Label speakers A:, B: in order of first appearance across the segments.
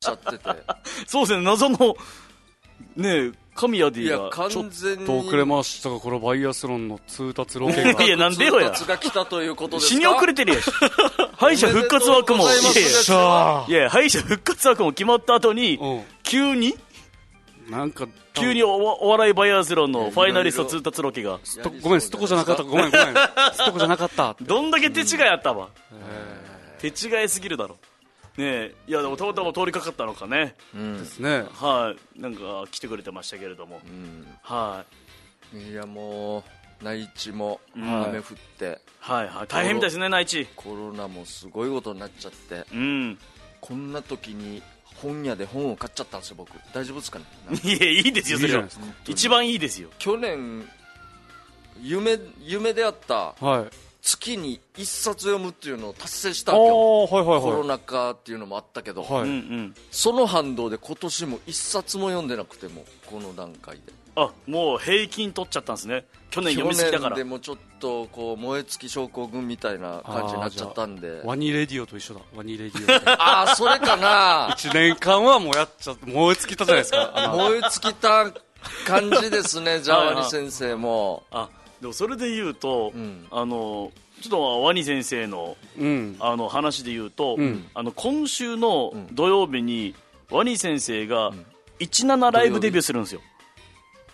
A: ちゃってて
B: そうですね、謎の、ねえ、神谷 D
A: いや
B: が、
A: 完
B: ちょっ
A: 全に
C: と遅れましたがこのバイアスロンの通達ロケが
B: いやなんでよや
A: 通達が来たということ
B: と
A: ですか
B: 死に遅れてるやん。敗者復活枠も、
A: おめでとうござい
B: い
A: ま
B: や
A: す
B: いやいや、敗者復活枠も決まった後に、
C: う
B: 急に、
C: んなんか
B: 急におお笑いバイアスロンのファイナリスト
A: いろいろ
B: 通達ロケが、
C: すっとごめんすっとこじゃなかったごめんごめんすっとこじゃなかった
B: どんだけ手違いあったわ。手違いすぎるだろ。ねえ、いや、でもたまたま通りかかったのかね。
A: うん
C: ですね
B: はい、なんか来てくれてましたけれども。はい。
A: いやもう内地も
B: ん
A: 雨降って
B: はいはい、大変みたいですね、内地。
A: コロナもすごいことになっちゃって
B: うん。
A: こんな時に本屋で本を買っちゃったんですよ僕大丈夫ですかねなんか
B: いや、いいですよ、そ
C: いいじ
B: れ
C: ゃない
B: は
C: ですか。
B: 一番いいですよ。
A: 去年夢夢であった
C: はい
A: 月に一冊読むっていうのを達成し
C: あ
A: たわ
C: あ
A: けよ
C: ーはい
A: コ
C: はい
A: ロ
C: は
A: ナ禍っていうのもあったけど、
C: いは
B: うんう
C: い
B: ん。
A: その反動で今年も一冊も読んでなくてもうこの段階で
B: あ、もう平均取っちゃったんですね。去年読みすぎだか
A: 去年
B: ら
A: で。もちょっとこう燃え尽き症候群みたいな感じになっちゃったんで
C: ワニレディオと一緒だワニレディオみたいな
A: ああそれかな
C: 一年間はもうやっちゃ燃え尽きたじゃないですかあの
A: 燃え尽きた感じですねじゃ
B: は
A: あ
B: いは
A: ワ
B: い
A: ニ先生も
B: あ、でもそれで言うと
A: うん、
B: あの、ちょっとワニ先生の
C: うん
B: あの話で言うと
C: うん、
B: あの、今週の土曜日に、ワニ先生が、17ライブデビューするんですよ。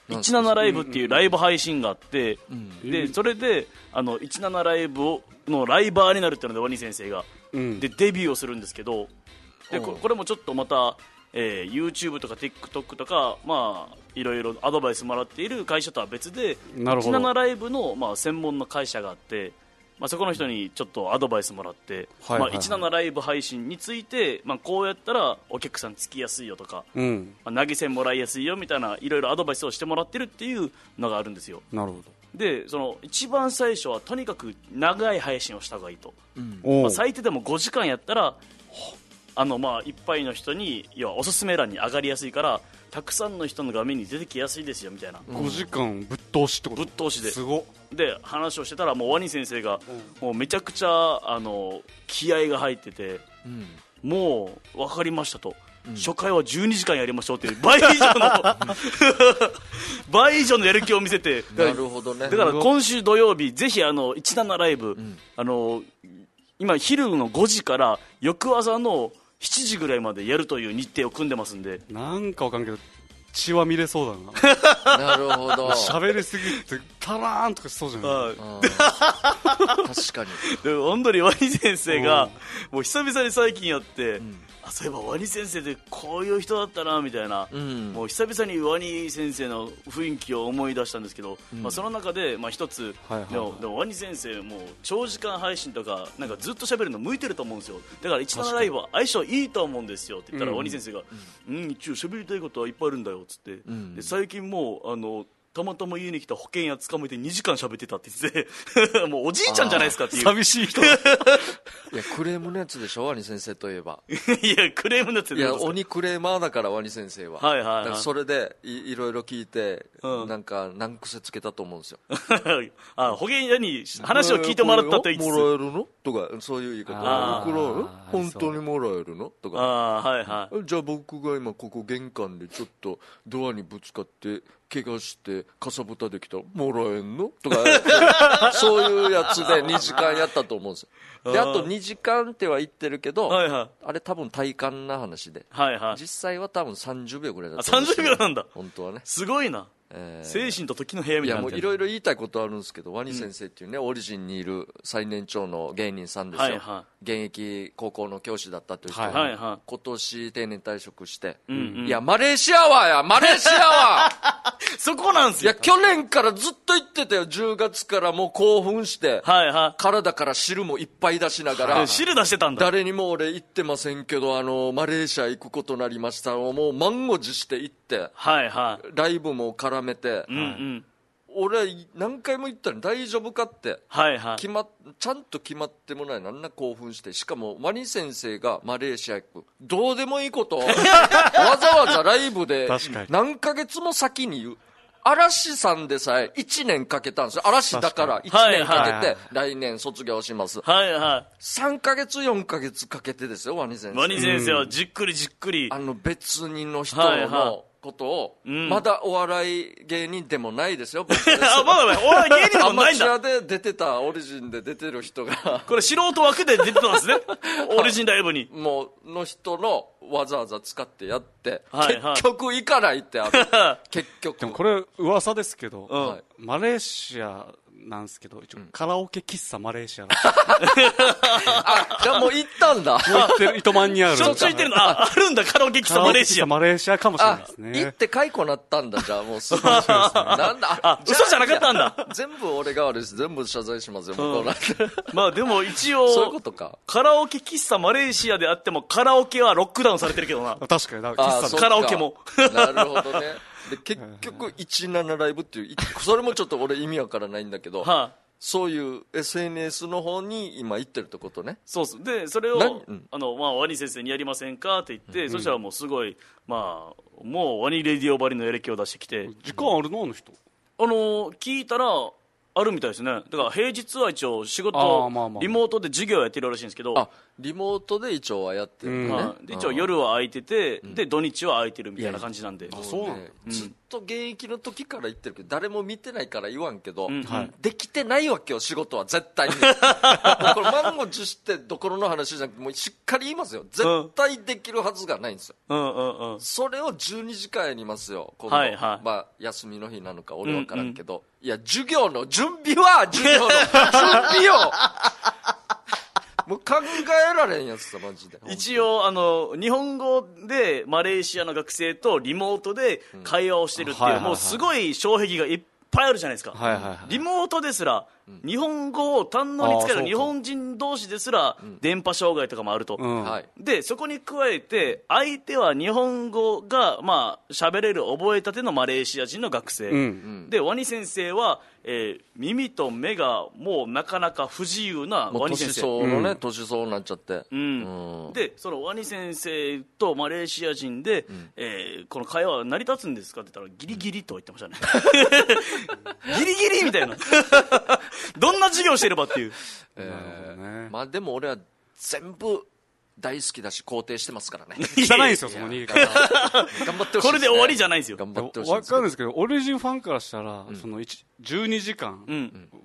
A: なんすか
B: 17ライブっていうライブ配信があって、
A: うん
B: でそれであの17ライブをのライバーになるっていうのでワニ先生が
C: うん
B: でデビューをするんですけどで
A: おう
B: ここれもちょっとまた、えー YouTube とか TikTok とか、まあ、いろいろアドバイスもらっている会社とは別で
C: なるほど
B: 17ライブの、まあ、専門の会社があって、まあ、そこの人にちょっとアドバイスもらって、
C: はいはいはい
B: まあ、17ライブ配信について、まあ、こうやったらお客さんつきやすいよとか、
C: うん
B: まあ、投げ銭もらいやすいよみたいないろいろアドバイスをしてもらってるっていうのがあるんですよ。
C: なるほど
B: でその一番最初はとにかく長い配信をした方がいいと、
C: お
B: ま
C: お
B: あ、最低でも5時間やったらあのまあいっぱいの人に要はおすすめ欄に上がりやすいからたくさんの人の画面に出てきやすいですよみたいな、
C: 5時間ぶっ通しってこと
B: ぶっ通しです
C: ごっ
B: で話をしてたらもうワニ先生がもうめちゃくちゃあの気合が入ってて
A: うん
B: もう分かりましたと、初回は12時間やりましょうっていう倍以上の倍以上のやる気を見せて
A: なるほどね
B: だから今週土曜日、ぜひあの17ライブ、
A: ん
B: あの今、昼の5時から翌朝の7時ぐらいまでやるという日程を組んでますんで、
C: なんかわかんないけど血は見れそうだ
A: な
C: な
A: るほ ど
C: 喋りすぎてタラーンとかしそうじゃない
B: は
A: うん確かに
B: い、で 本当にワニ先生が、もう久々に最近やって、あ、そういえばワニ先生ってこういう人だったなみたいな。
A: うん
B: もう久々にワニ先生の雰囲気を思い出したんですけど、まあ、その中で、まあ、一つ、
C: はいはいはい
B: でもでもワニ先生も長時間配信とかなんかずっと喋るの向いてると思うんですよだから17ライブは相性いいと思うんですよって言ったら、
C: うん
B: ワニ先生が「うん、一応喋りたいことはいっぱいあるんだよ」っつって、
A: ん
B: で最近もうあのたまたま家に来た保険屋捕まえて2時間喋ってたって言ってて もうおじいちゃんじゃないですかっていう
C: 寂しい人
A: いやクレームのやつでしょワニ先生といえば
B: いやクレームになって
A: い
B: るん
A: や
B: ですか
A: 鬼クレーマーだからワニ先生は,、
B: はいはいはい
A: それでいいろいろ聞いて、
B: うん
A: なんか難癖つけたと思うんですよ
B: あ保険屋に話を聞いてもらったと言いつつ
A: もらえるのとかそういう言い方
B: あー
A: もらえる本当にもらえるのとか
B: あーはいはい
A: じゃあ僕が今ここ玄関でちょっとドアにぶつかって怪我してかさぶたできたらもらえんのとか そういうやつで2時間やったと思うんですよであと2時間っては言ってるけど、
B: はいはい
A: あれ多分体感な話で
B: はいはい
A: 実際は多分30秒ぐらいだ
B: あ
A: ったんです
B: 30秒なんだ
A: 本当はね、
B: すごいな、
A: えー
B: 精神と時の部屋み
A: い
B: たい
A: や
B: に
A: も
B: な
A: う
B: って
A: い
B: る
A: ろいろ言いたいことあるんですけどワニ先生っていうね、オリジンにいる最年長の芸人さんですよ、
B: はいは
A: 現役高校の教師だったという人が、
B: はいはい
A: 今年定年退職して、
B: んうん
A: いやマレーシアはやマレーシアは
B: そこなんす
A: いや
B: よ
A: 去年からずっと言ってたよ10月からもう興奮して、
B: はいは
A: 体から汁もいっぱい出しながら、
B: いで汁出してたんだ
A: 誰にも俺行ってませんけどあのマレーシア行くことになりましたもう満を持して行って
B: はいはい
A: ライブも絡めて、
B: うんうん
A: 俺何回も言ったの大丈夫かって
B: はいはい
A: 決まっちゃんと決まってもないなんな興奮してしかもワニ先生がマレーシア行くどうでもいいことをわざわざライブで
C: 確かに
A: 何ヶ月も先に言う嵐さんでさえ1年かけたんですよ。嵐だから1
B: 確かに
A: 年か
C: はい
A: け
C: はい
A: て来年卒業します。
B: はいは
A: 3ヶ月4ヶ月かけてですよ、ワニ先
B: い。
A: 生
B: ワ。ニ先生はじっくりじっくり
A: あ。の別人の人
B: はいはい
A: のことを、
B: ん
A: まだお笑い芸人でもないですよ、僕です
B: あ、まだまだ、おい、芸人で
A: ア
B: もな
A: マ
B: いん
A: チ
B: だ。
A: ュアで出てた、オリジンで出てる人が、
B: これ素人枠で出てたんですね。オリジンライブに。
A: もう、の人のわざわざ使ってやって、
B: はいはい
A: 結局行かないって ある。結局。
C: でもこれ噂ですけど、
B: うん
A: はい
C: マレーシアなんですけど一応カラオケ喫茶マレーシア、
A: あ、じゃあもう行ったんだ。
C: 行ってる糸満にある
B: しょっちゅう行ってるの。あ、あるんだ、カラオケ喫
C: カ
B: 茶
C: ラオケ
B: マレー
C: 喫
B: シ
C: 茶
B: ア。
C: マレーシアかもしれない
A: あ
C: で、す
A: 行っ
C: ね
A: て解雇なったんだ、じゃあもうすぐ。なんだ、
B: あ、嘘じゃなかったん
A: だ。
B: だ。
A: 全部俺が悪いし、全部謝罪しますよ、向こうなんて。
B: まあでも一
A: そういうこ
B: 応、
A: と か。
B: カラオケ喫茶マレーシアであっても、カラオケはロックダウンされてるけど な。
C: 確かにだから
A: あ
C: 喫茶
A: そっ
C: で
B: カラオケも
A: なるほどねで結局17ライブっていういそれもちょっと俺意味わからないんだけど、
B: は
A: そういう SNS の方に今行ってるってことね
B: い、そうっすでそれ
A: 何
B: を、
A: うん
B: あのまあ、ワニ先生にやりませんかって言って、そしたらもうすごい、まあ、もうワニレディオばりのやる気を出してきて、
C: 時間あるのあの人
B: あの聞いたらあるみたいですねだから平日は一応仕事
C: あーまあまあ
B: リモートで授業やってるらしいんですけど、
A: あリモートで一応はやってるのね、
B: はいで一応夜は空いてて、で土日は空いてるみたいな感じなんで
A: も
C: そうなんだ
A: ねずっと現役の時から言ってるけど誰も見てないから言わんけど、
B: ん
C: はい
A: できてないわけよ仕事は絶対にこれ満を持してどころの話じゃなくてもうしっかり言いますよ絶対できるはずがないんですよ
B: うんうんうん
A: それを12時間やりますよ、今
B: はいはい
A: まあ、休みの日なのか、俺分からんけど、いや、授業の準備は、授業の準備を、もう考えられんやつさ、マジで。
B: 一応あの日本語でマレーシアの学生とリモートで会話をしてるっていう、
C: はいはいはい
B: もうすごい障壁がいっぱいあるじゃないですか、
C: はいはいはい
B: リモートですら、日本語を堪能に使え
C: あーそう
B: る
C: か
B: 日本人同士ですら、電波障害とかもあると、
C: うん
A: はい、
B: でそこに加えて相手は日本語がまあ喋れる覚えたてのマレーシア人の学生、
C: うん
B: でワニ先生は、えー耳と目がもうなかなか不自由な
A: も
B: ワ
A: う
B: ニ先
A: 年
B: 生
A: 相応のね、年相応になっちゃって。
B: うん
A: うん
B: でそのワニ先生とマレーシア人で、えーこの会話は成り立つんですかって言ったらギリギリとは言ってましたねギリギリみたいなどんな授業してればっていう
A: え
C: なるほど
A: ー
C: ね
A: まあ、でも俺は全部大好きだし、肯定してます からね。
C: 汚いんですよその逃げ方
A: 頑張ってほしいすね、
B: これで終わりじゃないんですよ
A: 頑張
C: わ
A: ってほしい
C: かるんないですけど、オリジンファンからしたら、その一12時間、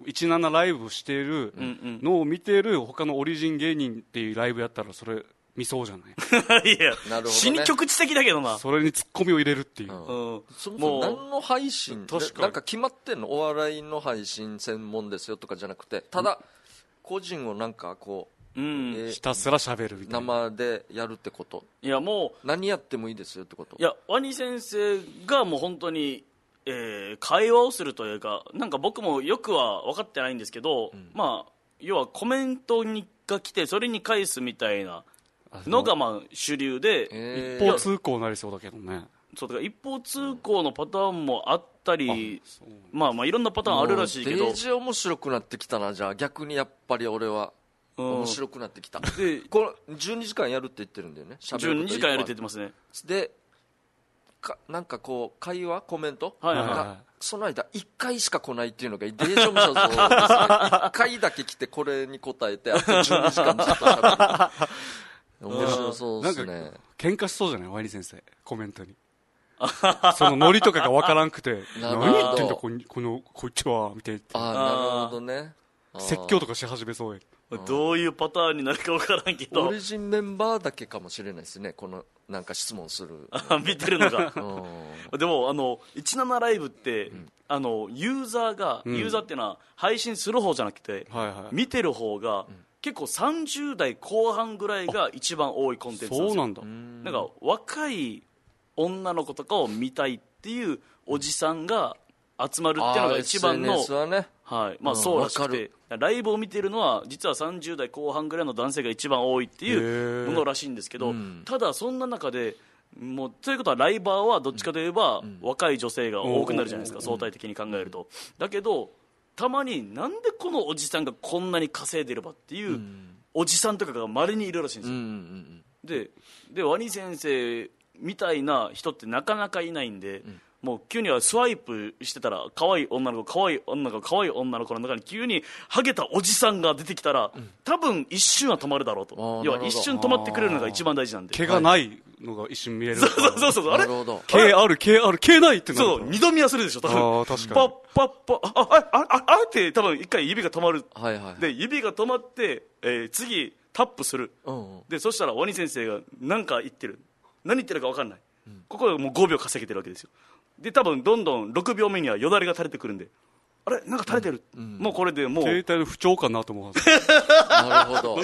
C: 17ライブしてるのを見てる他のオリジン芸人っていうライブやったら、それ見そうじゃない
B: い
A: な
B: や
A: るほどね
B: 死に局地的だけどな、
C: それにツッコミを入れるっていう。
A: ん
B: うん、
A: そもそも
B: も
A: 何の配信
C: 確かに
A: ななんか決まってんのお笑いの配信専門ですよとかじゃなくてただ個人をなんかこ
B: う、う
A: う、
B: ん、
A: えー
C: ひたすら喋るみたいな。
A: 生でやるってこと
B: いやもう
A: 何やってもいいですよってこと
B: いやワニ先生がもう本当に、えー会話をするというかなんか僕もよくは分かってないんですけど、まあ要はコメントにが来てそれに返すみたいなのがまあ主流で、
A: え
C: 一
A: ー
C: 方通行になりそうだけどね。
B: そうだから一方通行のパターンもあったりまあまあいろんなパターンあるらしいけ
A: もう
B: ど
A: デージ面白くなってきたなじゃあ逆にやっぱり俺は
B: うん
A: 面白くなってきた、
B: で
A: この12時間やるって言ってるんだよね喋る
B: 12
A: こと
B: 時間やるって言っててますね
A: でかなんかこう会話コメント、
B: はい
A: な
B: は
A: ん
B: い
A: かその間1回しか来ないっていうのがデージョン社像1 回だけ来てこれに答えてあと12時間ずっと喋る面白そうで
C: なんか
A: すね、
C: 喧嘩しそうじゃないワイニ先生、コメントに。そのノリとかがわからんくて、
A: なるほど
C: 何言ってんだ、こんこの、こっちは、みたいな言って。
A: ああなるほどねあー
C: 説教とかし始めそうや。
B: どういうパターンになるか分からんけ
A: オ
B: ど
A: リジンメンバーだけかもしれないですねこのなんか質問する
B: 見てるのが
A: うん
B: でもあの17ライブって、あのユーザーが、
C: ん
B: ユーザーっていうのは配信する方じゃなくて、
C: はいはい。
B: 見てる方が、結構30代後半ぐらいが一番多いコンテンツなんで
C: そう
B: すよ
C: なんだ。
B: なんか若い女の子とかを見たいっていうおじさんが集まるっていうのが一番
A: あー
B: の
A: SNS はね
B: はいま
A: う
B: あ、
A: ん
B: そうらしく
A: わ
B: て、ライブを見てるのは実は30代後半ぐらいの男性が一番多いって
C: へ
B: いう
C: ー
B: ものらしいんですけど、
A: うん
B: ただ、そんな中でもうということはライバーはどっちかといえば、若い女性が多くなるじゃないですか、相対的に考えると。だけどたまになんでこのおじさんがこんなに稼いでればっていうおじさんとかがまれにいるらしいんです
A: うん
B: よ
A: う、ん
B: ででワニ先生みたいな人ってなかなかいないんで、もう急にはスワイプしてたら可愛い女の子可愛い女の子可愛い女の子の中に急にハゲたおじさんが出てきたら、多分一瞬は止まるだろうと
A: あーな
B: 要は
A: るほ
B: 一
A: ど
B: 瞬止まってくれるのが一番大事なんで
C: 毛がないのが一瞬見れる
B: そうそうそうそうあ
A: な
B: れ
A: るほど
C: 毛ある毛ある毛ないってなる
B: そう二度見はするでしょ多分
C: あー確かに
B: パッパッパああああああって多分一回指が止まる
A: はいはいはい
B: で指が止まって、えー次タップする
A: うんうん
B: でそしたらワニ先生が何か言ってる何言ってるか分かんない、ここはもう5秒稼げてるわけですよで多分どんどん6秒目にはよだれが垂れてくるんであれなんか垂れてる、もうこれでもう
C: 携帯の不調かなと思うはず
A: なるほど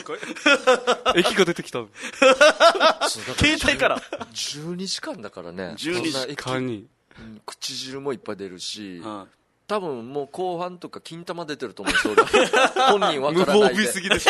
C: 液が出てきた
A: そうだから
B: 携帯から
A: 12時間だからね
B: 12時
A: そんな
C: 確かに
A: うん口汁もいっぱい出るし、
B: うん
A: 多分もう後半とか金玉出てると思うそうだ本人わ
C: 無
A: から
C: 防
A: ない
C: 備
A: です
C: ぎでし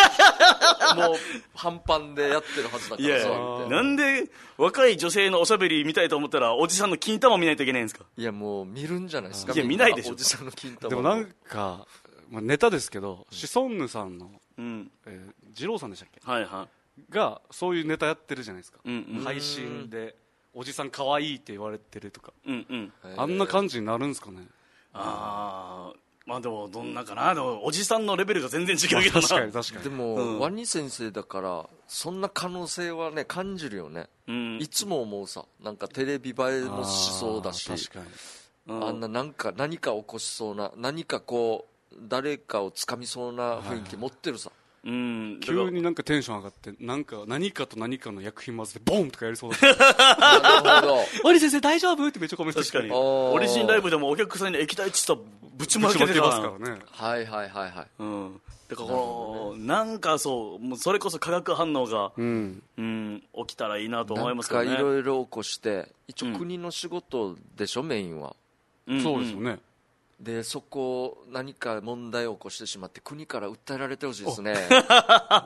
A: もう半パンでやってるはずだか
B: いや
A: ら
B: い
A: さ
B: や
A: みたいな
B: なんで若い女性のおしゃべり見たいと思ったらおじさんの金玉見ないといけないんですか
A: いやもう見るんじゃないですか
B: いや
A: みんな
B: 見ないでしょ
A: おじさんの金
C: ょ
A: 玉
C: でもなんか、まあ、ネタですけどシソンヌさんの、
B: うん
C: えー二郎さんでしたっけ
B: はいは
C: がそういうネタやってるじゃないですか、
B: いうんうん
C: 配信でおじさん可愛いって言われてるとか、
B: うんうん
A: えー
C: あんな感じになるんですかね
B: ああまあでもどんなかなでもおじさんのレベルが全然違うけどな
C: 確かに確か
A: で
C: に
A: も、
B: うん
A: ワニ先生だからそんな可能性はね感じるよね、
B: うん
A: いつも思うさなんかテレビ映えもしそうだし
C: あー確かに
B: うん
A: あんななんか何か起こしそうな何かこう誰かをつかみそうな雰囲気持ってるさ、
B: うんだから
C: 急になんかテンション上がってなんか何かと何かの薬品混ぜてボンとかやりそうだし
A: なるほど
C: マリ先生大丈夫ってめっちゃコメント
B: 確
C: して
B: か
C: くる
B: に
A: あー
B: オリジンライブでもお客さんに液体窒素ぶちま
C: ぶ
B: け
C: ち
B: て
C: ま
B: た
C: けますからね
A: はいはいはい はい
B: うんだからこのなんかそうもうそれこそ化学反応が
C: うん
B: うん起きたらいいなと思
A: ないん
B: ますけど
A: か
B: ね
A: いろいろ起こして一
B: う
A: 応
B: ん
A: 国の仕事でしょ、メインは
B: んん
C: そうですよね
A: でそこを何か問題を起こしてしまって国から訴えられてほしいで すね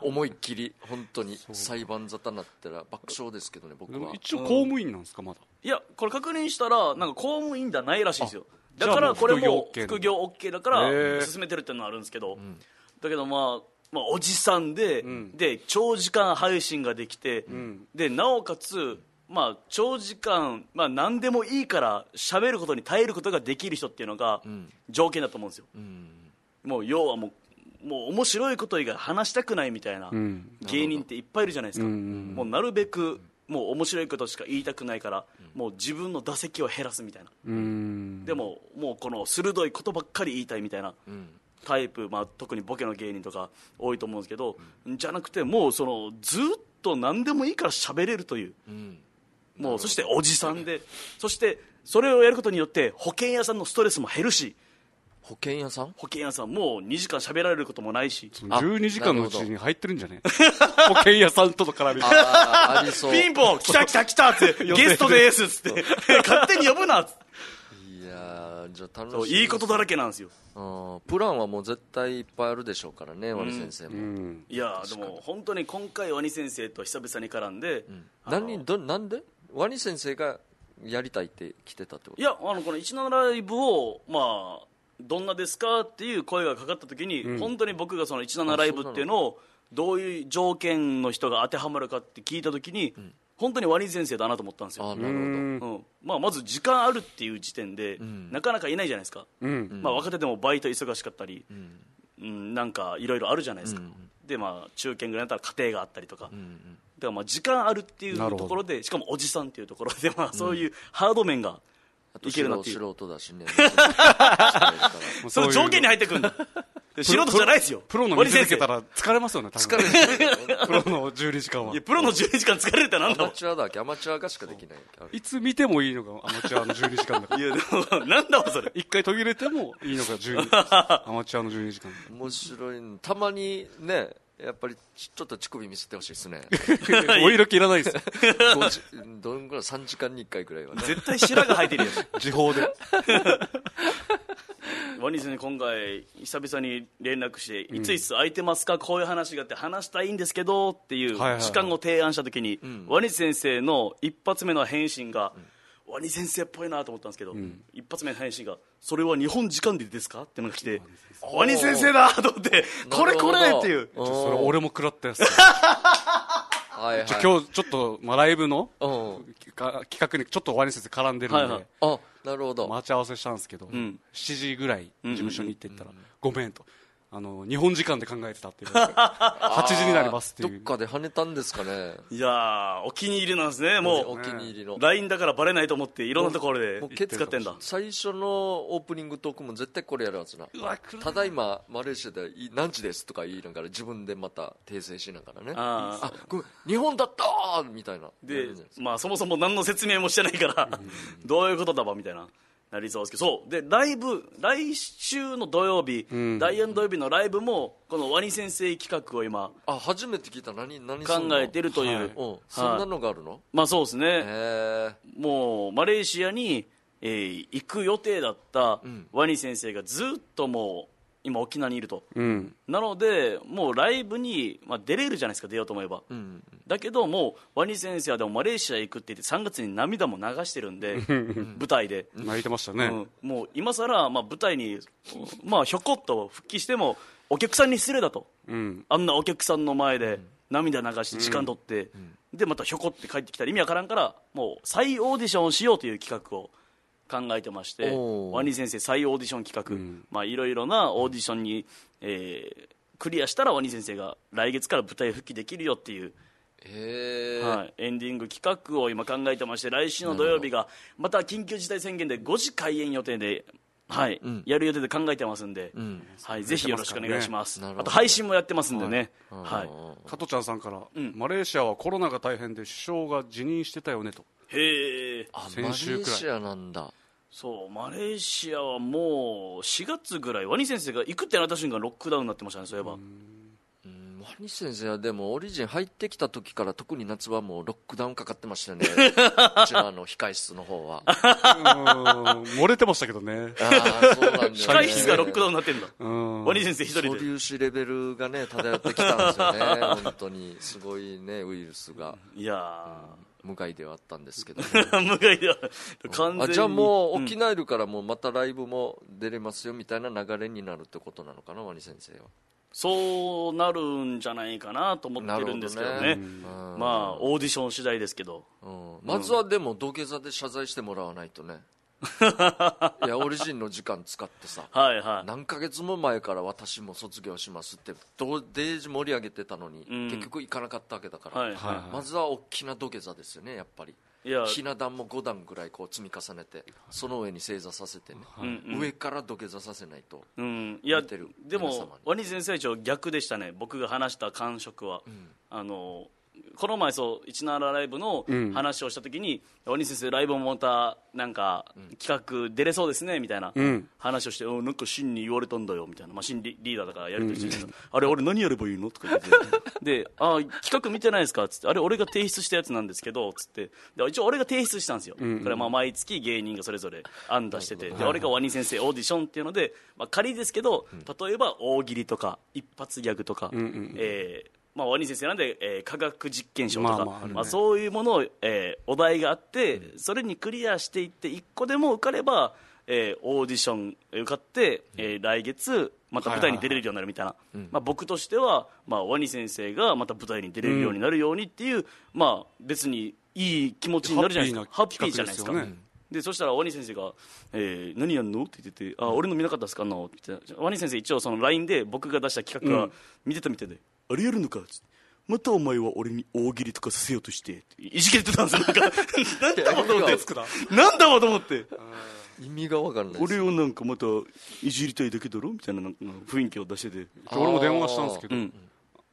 A: 思いっきり本当に裁判沙汰になったら爆笑ですけどね僕
C: でも
A: は
C: 一応公務員なんですかまだ
B: いやこれ確認したらなんか公務員ではないらしいんですよ
C: あ
B: だか
C: じゃあも
B: ら
C: う
B: これも副
C: 副
B: 業
C: 業
B: OK だか
C: へ
B: ら
C: ー
B: 進めてるっていうのはあるんですけど、だけどまあまあ、おじさんで,、で長時間配信ができて、
C: ん
B: でなおかつ、まあ、長時間、まあ、何でもいいから喋ることに耐えることができる人っていうのが条件だと思うんですよ、もう要はもうもう面白いこと以外話したくないみたいな
C: うん
B: 芸人っていっぱいいるじゃないですか、
C: うんうん
B: もうなるべくもう面白いことしか言いたくないから、もう自分の打席を減らすみたいな、
C: うん
B: でももうこの鋭いことばっかり言いたいみたいなタイプ、まあ、特にボケの芸人とか多いと思うんですけど、じゃなくてもうそのずっと何でもいいから喋れるという、もうそしておじさんでそしてそれをやることによって保険屋さんのストレスも減るし
A: 保険屋さ ん
B: 保険屋さんもう2時間喋られることもないし
C: その12時間のうちに入ってるんじゃね保険屋さんとの絡みが
A: あーありそう
B: ピンポン来た来た来た って
C: 予定で
B: ゲストですっつって勝手に呼ぶなっつ って
A: いやーじゃあ楽し
B: そう
A: み
B: いいことだらけなんですよ
A: うんプランはもう絶対いっぱいあるでしょうからねワニ先生も、
C: うん
B: いやーでも本当に今回ワニ先生と久々に絡んで、あの
A: 何どなんでワニ先生がやりたいって来てたってこと
B: いやあのこの17ライブをまあどんなですかっていう声がかかった時に、本当に僕がその17ライブっていうのをどういう条件の人が当てはまるかって聞いた時に、本当にワニ先生だなと思ったんです
A: あ
B: よ
A: ー、なる
B: うんまあ、まず時間あるっていう時点で、なかなかいないじゃないですか、
C: うん
B: まあ、若手でもバイト忙しかったり、うん、なんかいろいろあるじゃないですか、でまあ中堅ぐらいだったら家庭があったりとか、だからまあ時間あるっていう
C: なるほど
B: ところでしかもおじさんっていうところで、まあ、そういうハード面が
A: ほど
B: いけるなっていう
A: 素人だし ね
C: まあ
B: その条件に入ってくるんだで素人じゃないですよ
C: プロの
B: 森
C: 見
B: 先
C: 続
B: 生
C: けたら疲れますよね疲れプロの12時間はい
B: やプロの12時間疲れるってなん
A: ア
B: だ
A: マ
B: わ
A: チュアだっけアマチュアがしかできない
C: いつ見てもいいのがアマチュアの12時間だか
B: い
C: ら
B: やでもなんだわそれ
C: 一回途切れてもいいのが12 アマチュアの12時間
A: 面白いのたまにねやっぱりちちょっと乳首見せてほしいです ね
C: お色気いらない です
A: 5時どんぐらい3時間に1回ぐらいはね
B: 絶対白が生えてるよ
C: 時報で
B: ワニ先生今回久々に連絡して「いついつ空いてますかこういう話があって話したいんですけど」っていう
C: はいはいはい
B: 時間を提案した時に、ワニ先生の一発目の返信が、ワニ先生っぽいなと思ったんですけど、一発目の返信が「それは日本時間でですか?」ってのが来て「ワニ先生だ!」と思って「これこれ!」っていう
A: なる ほど
C: それ俺も食らったやつ
A: はいはい
C: ちょ今日ちょっと、まあ、ライブの
A: うん
C: か企画にちょっと終わりに先生絡んでるんで、
B: はいはい
A: あなるほど、
C: 待ち合わせしたんですけど、
B: ん
C: 7時ぐらい
B: んうん
C: 事務所に行ってったら、ごめんとあの日本時間で考えてたっていう8時になりますってい
A: ど
C: う
A: っかで跳ねたんですかね
B: いやーお気に入りなんですね
A: お
B: も
A: 気に入りの
B: う LINE だからバレないと思っていろんなところで
A: もう
B: 使ってんだ
A: 最初のオープニングトークも絶対これやるはずな
C: うわ来る
A: ただいまマレーシアでい何時ですとか言いながら自分でまた訂正しながらね
B: あー
A: あごめん日本だったーみたいなや
B: で
A: るんじゃないすか
B: まあそもそも何の説明もしてないからどういうことだばみたいななりそうですけどそうでライブ来週の土曜日、第4土曜日のライブもこのワニ先生企画を今
A: あ初めて聞いた何何すん
B: 考
A: の
B: えてるという、
C: はい
A: うんそんなのがあるの
B: まあそうですね、
A: へえ
B: もうマレーシアに、えー行く予定だった
A: ん
B: ワニ先生がずっともう今沖縄にいると
C: うん
B: なのでもうライブに、まあ、出れるじゃないですか出ようと思えば、
A: うん
B: だけどもうワニ先生はでもマレーシア行くって言って3月に涙も流してるんで舞台で、
C: 泣いてましたね、
B: うんもう今さら、まあ、舞台に、まあ、ひょこっと復帰してもお客さんに失礼だと
C: うん
B: あんなお客さんの前で涙流して時間取って、でまたひょこって帰ってきたら意味わからんからもう再オーディションをしようという企画を考えてまして
A: おー
B: ワニ先生再オーディション企画、
C: ん
B: まあいろいろなオーディションに、えークリアしたらワニ先生が来月から舞台復帰できるよっていう、
A: へえ、
B: はい、エンディング企画を今考えてまして来週の土曜日がまた緊急事態宣言で5時開演予定で、はい
A: ん
B: やる予定で考えてますんで、
A: うん
B: はい、ぜひよろしくお願いします
A: なるほど
B: あと配信もやってますんでね、はい
C: 加トちゃんさんから、
B: ん
C: マレーシアはコロナが大変で首相が辞任してたよねと
B: へえ
A: あマレ
C: 先週くらい
A: ーシアなんだ
B: そうマレーシアはもう4月ぐらいワニ先生が行くってなった瞬間ロックダウンになってましたねそういえば
A: うんワニ先生はでもオリジン入ってきた時から特に夏はもうロックダウンかかってました ねうちのあの控室の方はあ
C: 漏れてましたけどね
A: あそうなんだよね
B: 控室がロックダウンになってんだ
C: うん
B: ワニ先生一人で
A: 素粒子レベルがね漂ってきたんですよ ね本当にすごいねウイルスが
B: い や
A: 向かいではあったんですけど
B: ー向かいでは完全に
A: あじゃあもう沖
B: ん
A: 縄いるからもうまたライブも出れますよみたいな流れになるってことなのかなワニ先生
B: そうなるんじゃないかなと思
A: は
B: ってるんですけどね
A: うん
B: まあオーディション次第ですけど
A: うんまずはでも土下座で謝罪してもらわないと ねいやオリジンの時間使ってさ
B: はいはい
A: 何ヶ月も前から私も卒業しますってどうデージ盛り上げてたのに、
B: うん
A: 結局行かなかったわけだから、
B: はい
C: はい
B: は
A: まずは大きな土下座ですよねやっぱり
B: いいや
A: ひな壇も5段ぐらいこう積み重ねてその上に正座させてね、
B: うんうん
A: 上から土下座させないと
B: うん、いや
A: 見てる
B: で
A: 皆
B: も
A: 様に
B: ワニ先生長逆でしたね僕が話した感触は、あのこの前そう17ライブの
C: ん
B: 話をした時に、ワニ先生ライブもまたなんか企画出れそうですねみたいな
C: うん
B: 話をして、うん、なんか真に言われたんだよみたいな、まあ、真リリーダーだからやりとりしてるんですけど、あれ俺何やればいいのとか言ってであ企画見てないですかっつってあれ俺が提出したやつなんですけどつってで一応俺が提出したんですよ、これまあ毎月芸人がそれぞれ案出しててで俺がワニ先生オーディションっていうので、まあ、仮ですけど例えば大喜利とか一発ギャグとか、えーまあ、ワニ先生なんで、えー科学実験賞とか、
C: ま
B: ま
C: あま
B: あ
C: ああるね
B: そういうものを、えーお題があって、それにクリアしていって1個でも受かれば、えーオーディション受かって、えー来月また舞台に出れるようになるみたいな、まあ、僕としては、まあ、ワニ先生がまた舞台に出れるようになるようにっていう、まあ、別にいい気持ちになるじゃないですかハ
C: ハ
B: ッ
C: ッ
B: ピ
C: ピ
B: ー
C: ーな企画
B: じゃないですか。
C: ですよね
B: でそしたらワニ先生が「えー何やんの?」って言ってて「あ俺の見なかったっすかあの」って言ってワニ先生一応その LINE で僕が出した企画は見てたみたいで「あれやるのか?」っつってまたお前は俺に大喜利とかさせようとして」っていじけてたんですよなんかなんだわと思っ
A: 意味
B: てなんだわと思って
A: が意味が分からないです
B: 俺をなんかまたいじりたいだけだろみたいななんか雰囲気を出してて
C: で俺も電話したんですけ
B: う
C: ど、
B: ん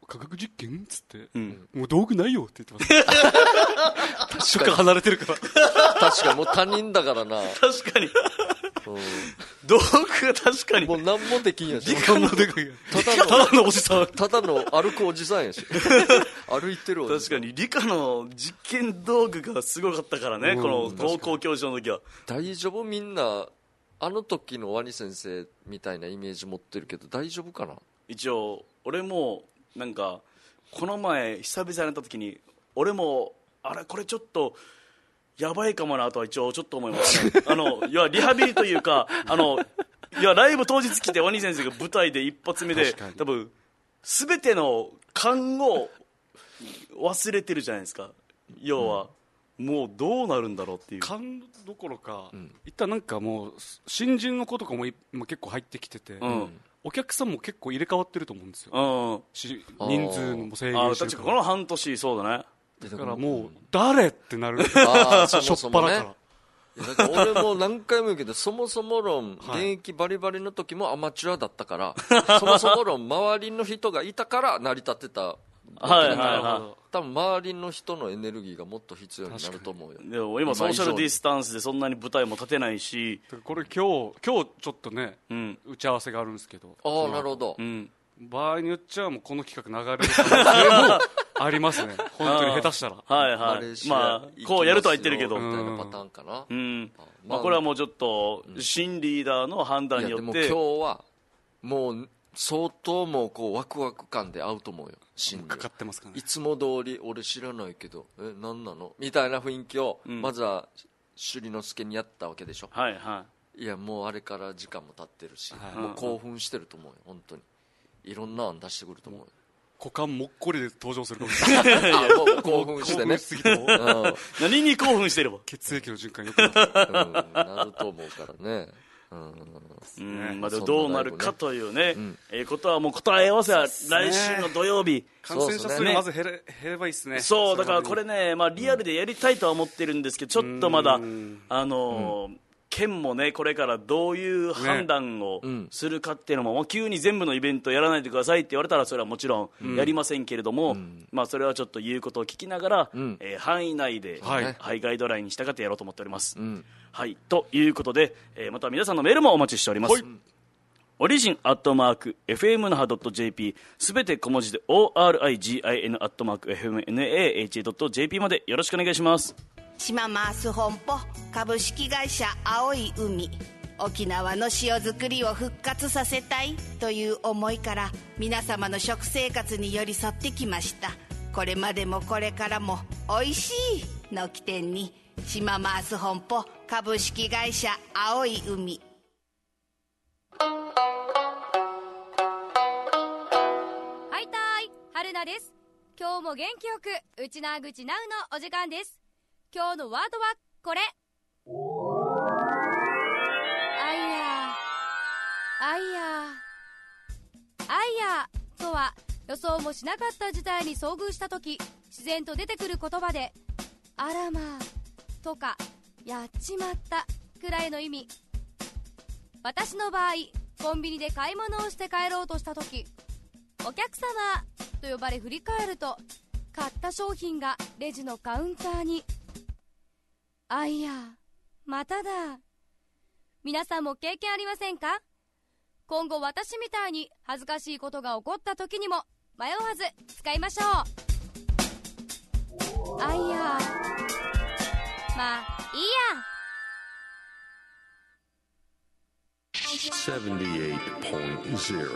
C: 科学実験っつって、
B: ん
C: もう道具ないよって言ってました職離れてるから
A: 確かもう他人だからな、うん
B: 確かに道具が確かに
A: もう何もできんやし
C: こんなでかい
A: た
B: た
A: だの
B: だのおじさん
A: ただの歩くおじさんや し歩いてるおじ
B: 確
A: さ
B: か
A: ん
B: に理科の実験道具がすごかったからね、
C: うん
B: この高校教授の時は
A: 大丈夫みんなあの時のワニ先生みたいなイメージ持ってるけど大丈夫かな
B: 一応俺もなんかこの前久々に会った時に俺もあれこれちょっとやばいかもなとは一応ちょっと思います、 ね、あのいやリハビリというかあのいやライブ当日来て鬼先生が舞台で一発目で
C: 確かに
B: 多分全ての勘を忘れてるじゃないですか要は、もうどうなるんだろうっていう
C: 勘どころか、一旦なんかもう新人の子とかも今結構入ってきてて、
B: うん
C: お客さんも結構入れ替わってると思うんですよ、
B: うん
C: し
A: あー
C: 人数も制
B: あ
C: 限して
B: 確
C: る
B: か
C: か
B: こ
C: ら
B: の半年そうだね
C: だからもう誰ってなるし
A: あーそ
C: ょ
A: も
C: っ
A: そ
C: ぱ
A: も
C: ら
A: ね
C: から
A: いやだから俺も何回も言うけどそもそも論現
C: い
A: 役バリバリの時もアマチュアだったから そもそも論周りの人がいたから成り立ってた
B: はいはい
C: なるほ
B: は
C: ど
A: 多分周りの人のエネルギーがもっと必要になると思うよ
B: いでも今ソーシャルディスタンスでそんなに舞台も立てないし
C: だからこれ今日今日ちょっとね
B: うん
C: 打ち合わせがあるんですけど
A: あ
C: そ
A: あ
C: の
A: なるほど
B: うん
C: 場合によっちゃもうこの企画流れる可能性もあります ね本当に下手したら
B: はい
A: マ
B: は
A: レーシ
B: い
A: ア行
B: ま
A: き
B: あ
A: す
B: こうやるとは言ってるけ
A: よ
B: ど
A: みたいなパターンかな
B: うん
A: ま
B: ま
A: あ
B: あこれはもうちょっと新リーダーの判
A: い
B: 断
A: や
B: によ
A: でも
B: っ
A: 今
B: て
A: 日はもう相当もうこうワクワク感で会うと思うよ真に
C: かかってますからね
A: いつも通り俺知らないけどえ何なのみたいな雰囲気を
B: ん
A: まずは朱之介にやったわけでしょ
B: はいはい
A: やもうあれから時間も経ってるし、
C: はい
A: もう興奮してると思うよ本当にいろんな案出してくると思うよ
C: 股間もっこりで登場する かもしれない
A: あもう興奮して
C: 興
A: ね
C: 奮しすぎて
A: う
C: もう
A: んうん
B: い何に興奮してれば
C: 血液の循環よくなる
A: なると思うからねうん
B: うんまあでもどうなるかというね
A: ん
B: えーことはもう答え合わせは来週の土曜日
C: 感染者数が
B: ね
C: まず減れ減ればいいですね
B: そうだ
C: れ
B: か
C: ま
B: ら
C: でに
B: これね、まあ、リアルでやりたいとは思ってるんですけどちょっとまだ
C: うん
B: あのー県もねこれからどういう判断を
A: うん
B: するかっていうのも,、もう急に全部のイベントやらないでくださいって言われたらそれはもちろんやりませんけれども、まあ、それはちょっと言うことを聞きながら、
A: ん
B: えー範囲内で、
A: は
B: はいいガイドラインに従ってやろうと思っております。
A: うん
B: はいということで、えーまた皆さんのメールもお待ちしております。オリジンアットマーク FMNAHA.jp すべて小文字で ORIGIN アットマーク FMNAHA.jp までよろしくお願いします
D: 島マース本舗株式会社青い海沖縄の塩作りを復活させたいという思いから皆様の食生活に寄り添ってきましたこれまでもこれからも「おいしい」の起点に島マース本舗株式会社青い海
E: はいたーい春菜です今日も元気よくうちなーぐちなうのお時間です今日のワードはこれあいやーあいやーあいやーとは予想もしなかった事態に遭遇した時自然と出てくる言葉であらまあとかやっちまったくらいの意味私の場合コンビニで買い物をして帰ろうとした時お客様と呼ばれ振り返ると買った商品がレジのカウンターにあいやまただ皆さんも経験ありませんか今後私みたいに恥ずかしいことが起こった時にも迷わず使いましょうあいやまあいいや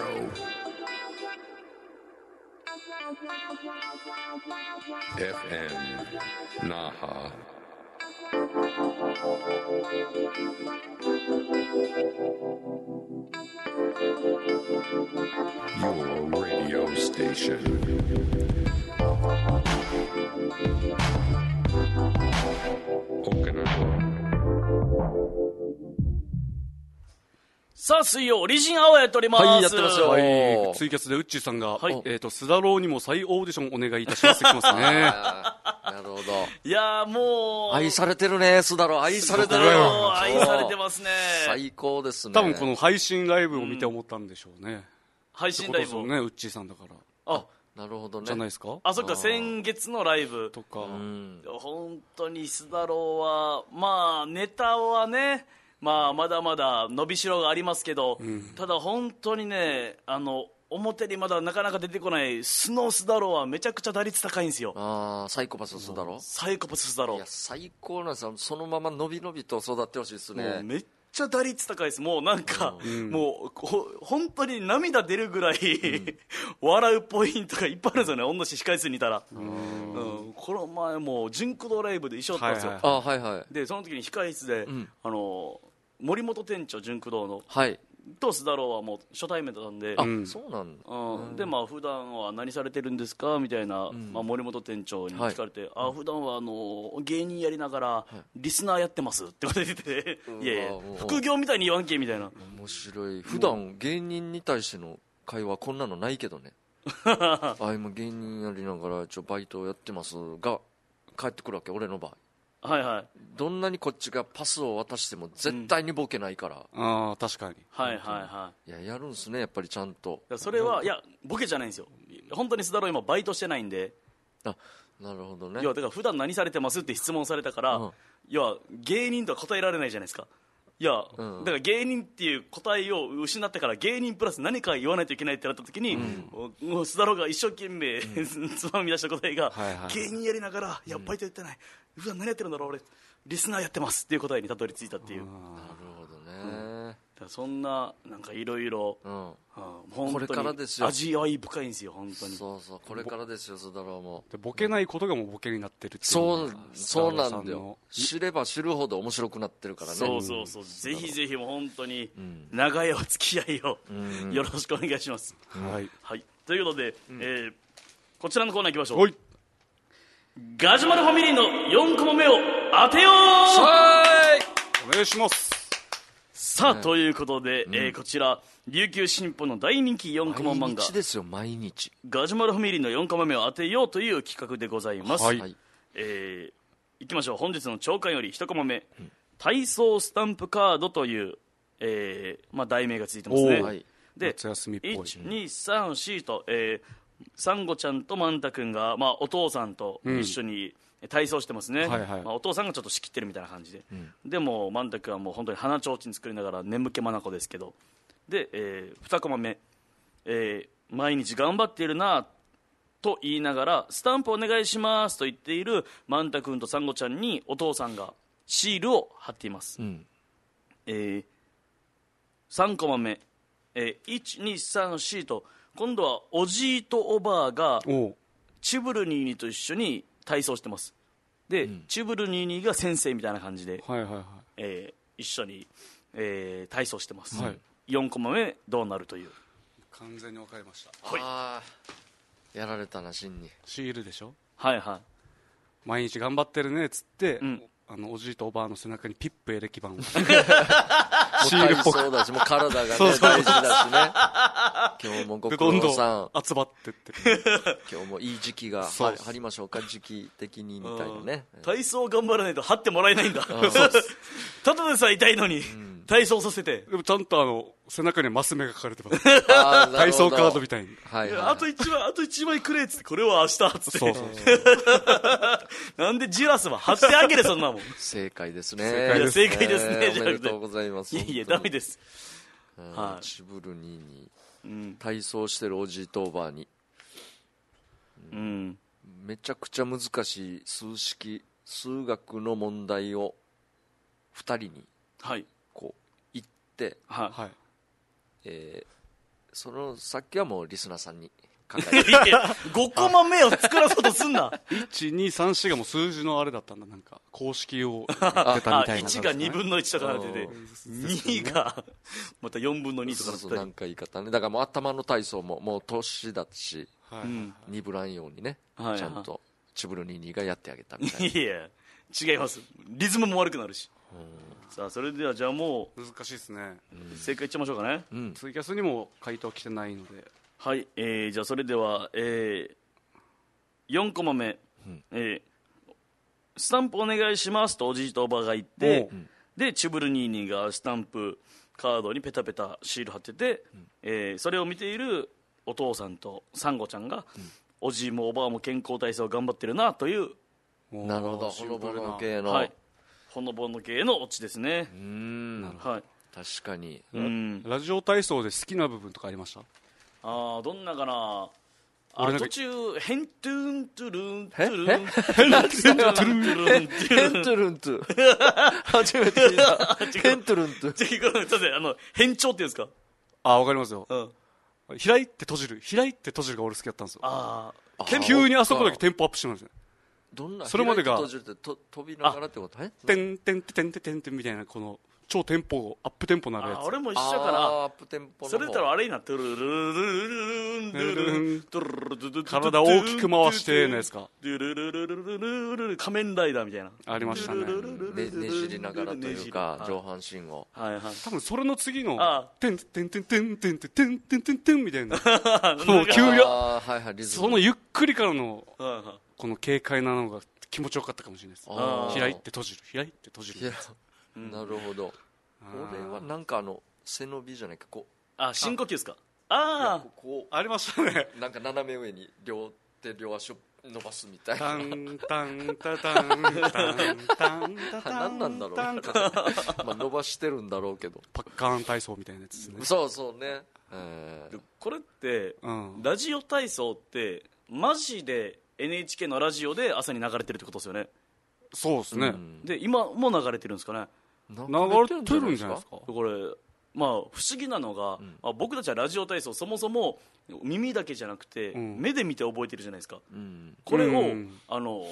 F: 78.0 FM Naha. Your radio station. Okinawa.
B: さあ水曜オリジンアワーやっております
A: はいやってますよ
C: はいツイキャスでウッチーさんが
B: はい
C: えーと須田郎にも再オーディションお願いいたします」って来てます ね
A: あーなるほど
B: いやーもう
A: 愛されてるね須田郎愛されてる
B: そう
A: よ
B: 愛されてますね
A: 最高ですね
C: 多分この配信ライブを見て思ったんでしょうね
B: 配
C: って
B: 信
C: こと
B: ライ
C: です
B: ブ
C: よ
B: を、
C: ねウッチーさんだから
B: あ
A: なるほどね
C: じゃないですか
B: あそっか先月のライブ
C: とか
A: うん
B: 本当に須田郎はまあネタはねまあまだまだ伸びしろがありますけど、ただ本当にねあの表にまだなかなか出てこないスノースダローはめちゃくちゃ打率高いんですよ
A: ああサイコパス須田郎
B: サイコパススダロ
A: いや最高なんですよそのまま伸び伸びと育ってほしいです
B: もう
A: ね
B: めっちゃ打率高いですもうなんか、もうこ本当に涙出るぐらい、笑うポイントがいっぱいあるんですよね同じ控え室にいたら、うんこの前も純駆動ライブで一緒だったんですよ、
C: はいはい
A: あはいはい
B: でその時に控室で、あの森本店長純駆動の
A: はい
B: と須田郎はもう初対面だったんで
A: あ、
C: うん
A: そうなんだ
B: うんでまあ普段は何されてるんですかみたいな、まあ、森本店長に聞かれて、あ普段はあの芸人やりながらリスナーやってますって言われてて、い、やいや
A: うわもう
B: 副業みたいに言わんけみたいな
A: 面白い普段芸人に対しての会話こんなのないけど ねあ今芸人やりながらちょバイトやってますが帰ってくるわけ俺の場合
B: はいはい
A: どんなにこっちがパスを渡しても絶対にボケないから、
C: ああ確かに
B: はいはいはい
A: ややるんすねやっぱりちゃんと
B: いだからそれはいやボケじゃないんですよ本当に須田郎今バイトしてないんで
A: あなるほどね
B: 要はだから普段何されてますって質問されたから、
A: うん
B: 要は芸人とは答えられないじゃないですかいや、
A: うん
B: だから芸人っていう答えを失ったから芸人プラス何か言わないといけないってなった時に、もう須田郎が一生懸命、 つまみ出した答えが、
C: はいはい
B: 芸人やりながらいやバイトやってない、普段何やってるんだろう俺リスナーやってますっていう答えにたどり着いたっていう、だ
A: なるほどね、
B: からそんななんかいろいろ
A: うん
B: こ
A: これからですよ
B: 味わい深いんですよ本当に
A: そうそうこれからですよそだろうも
C: でボケないことがもうボケになってるっていう
A: そうそうなんだ
C: スター
A: よ
C: の
A: 知れば知るほど面白くなってるからね
B: そうそうそう、ぜひぜひもう本当に長いお付き合いを、よろしくお願いします。
C: はい
B: はい、ということで、えーこちらのコーナー行きましょう。
C: おい
B: ガジュマルファミリーの4コマ目を当てよう
A: は
C: お願いします
B: さあ、ということで、えーこちら、琉球新報の大人気4コマ
A: ーい毎
B: 漫画
A: 日、ですよ毎日
B: ガジュマルファミリーの4コマ目を当てようという企画でございます。
C: はい
B: えーいきましょう本日の朝刊より1コマ目、体操スタンプカードという、えーまあ、題名がついてますね、
C: おー
A: はい
B: で
C: 夏休みっぽい
B: 1234と、えー、サンゴちゃんとマンタ君が、まあ、お父さんと一緒に体操してますね、
C: はいはい
B: まあ、お父さんがちょっと仕切ってるみたいな感じで、でもマンタ君はもう本当に鼻ちょうちん作りながら眠気まなこですけどで、え2コマ目、えー毎日頑張っているなと言いながらスタンプお願いしますと言っているマンタ君とサンゴちゃんにお父さんがシールを貼っています、
A: ん
B: えー、3コマ目、えー、1234と今度はおじいとおばあが
C: おう
B: チュブルニーニと一緒に体操してますで、チュブルニーニが先生みたいな感じで、
C: はいはいはい
B: えー一緒に、えー体操してます、
C: はい
B: 4コマ目どうなるという
C: 完全に分かりました
B: はい
A: あーやられたな真に
C: シールでしょ
B: はいはい
C: 毎日頑張ってるねっつって、
B: ん
C: あのおじいとおばあの背中にピップエレキ 板を
A: シールっぽそうだしもう体がね大事だしね今日もご
C: で
A: 苦
C: どんど
A: 労
C: ん集
A: さん
C: まってって
A: 今日もいい時期が
C: そう
A: は張りましょうか時期的にみたいなね
B: 体操頑張らないと貼ってもらえないんだ ただでさえ痛いのに、体操させて
C: でもちゃんとあの背中にマス目が書かれて ます
A: あなる
C: 体
A: ほど
C: 操カードみたいに
A: はいはい
B: あと一枚、あと一枚くれっつって、これは明日っつって。
C: そうそう
B: なんでジラスは貼ってあげれ、そんなもん。い
A: 正解ですね
C: 解
B: や、正解ですね、
A: えー
B: じゃ
A: お
B: な
A: め
B: く
A: で
B: て。
A: とうございます
B: いやいや、ダメです。は
A: はいチブルニーに
B: うん。
A: 体操してるおじいとおばあに
B: うん。
A: めちゃくちゃ難しい数式数学の問題を2人に
B: はい。
A: こう言って、
B: は
C: はい
A: えーその先はもうリスナーさんに考え て
B: い。いや、5コマ目を作らそうとすんな。
C: 1234がもう数字のあれだったんだなんか公式 をやってた
B: あ
C: み、たいな
B: 1が2分の1とかなってて
A: う、
B: 2が、また4分の2とか
A: そ
B: な
A: う
B: っ
A: そ
B: て
A: うな
B: たり
A: んか言い方ねだからもう頭の体操ももう年だし
C: はい
B: ん
A: 鈍らんようにね、
B: はいはい
A: ちゃんとチブルニーニがやってあげたみ たいない
B: や、違います。リズムも悪くなるし。さあ、それではじゃあも
C: 難しいですね、
B: う、正解いっちゃいましょうかね。
C: ツイキャスにも回答来てないので
B: はい、えー、じゃあそれでは、えー、4コマ目、えースタンプお願いしますとおじいとおばが言って
C: おう
B: でチュブルニーニーがスタンプカードにペタペタシール貼ってて、えーそれを見ているお父さんとサンゴちゃんが、おじいもおばあも健康体操頑張ってるなという、
A: なるほど
C: シ
A: ほ
C: ン
A: の
C: プ
A: ぼ
C: ルな
A: の系の、
B: はい、ほのぼの系のオチですね
A: うー、ん
B: はい
A: 確かに
B: うん、
C: ラジオ体操で好きな部分とかありました
B: ああどんなかなあ
C: 俺なんか
B: 途中「ヘントゥーントゥルーント
A: え
B: ゥルーン」「ヘントゥーントゥルーン」って
A: ヘ
B: い
A: ン
B: う
A: トゥルント ゥ初めて聞いたヘントゥルントゥ
B: 違うごめんなさいあの変調っていうんですか
C: あわかりますよ
B: うん
C: 開いて閉じる開いて閉じるが俺好きだったんですよ
B: ああ
A: あ
C: 急にあそこだけテンポアップしてますね
A: どんな
C: それまでが
A: 開いて閉じるってと飛びながらってことえ
C: てんてんてんてんてんてんみたいなこの超テンポアップテンポなるや
B: あ
C: つ
B: 俺も一
A: 一
B: 緒か
A: ア
B: ら
A: ップテンポの方
B: それだったらあれになってるるるるるるるるるるる
C: 体大きく回してのやつか
B: ルルルルルルルルル仮面ライダーみたいな
C: ありましたね
A: ねねじりながらというか
B: ねじり
A: 上半身を
B: はいはい
C: 多分それの次の
B: あ
C: 「てんてんてんてんてんてんてんてんてんてん」みたいなもう
B: なんか
C: 急に
A: あーはいはいリズム
C: そのゆっくりからの
B: はいはい
C: この軽快なのが気持ちよかったかもしれないです
A: あー
C: 開いて閉じる開いて閉じ
A: いや
C: る
A: なるほど俺はなんかあの背伸びじゃないかこう
B: あ深呼吸ですか
A: いや
B: ああ
A: こ
C: ありましたね
A: うなんか斜め上に両手両足を伸ばすみたいな
C: タンタンタタンタンタンタタン
A: 何なんだろう
C: タンタン
A: まあ伸ばしてるんだろうけど
C: パッカーン体操みたいなやつですね
A: そうそうねえー
B: これって
C: うん
B: ラジオ体操ってマジで NHK のラジオで朝に流れてるってことですよね
C: そうですね
B: で今も流れてるんですかね
C: 流れてるんじゃないですか
B: これまあ不思議なのが、あ僕たちはラジオ体操そもそも耳だけじゃなくて、
C: ん
B: 目で見て覚えてるじゃないですか
A: うん
B: これを、
C: うん
B: あの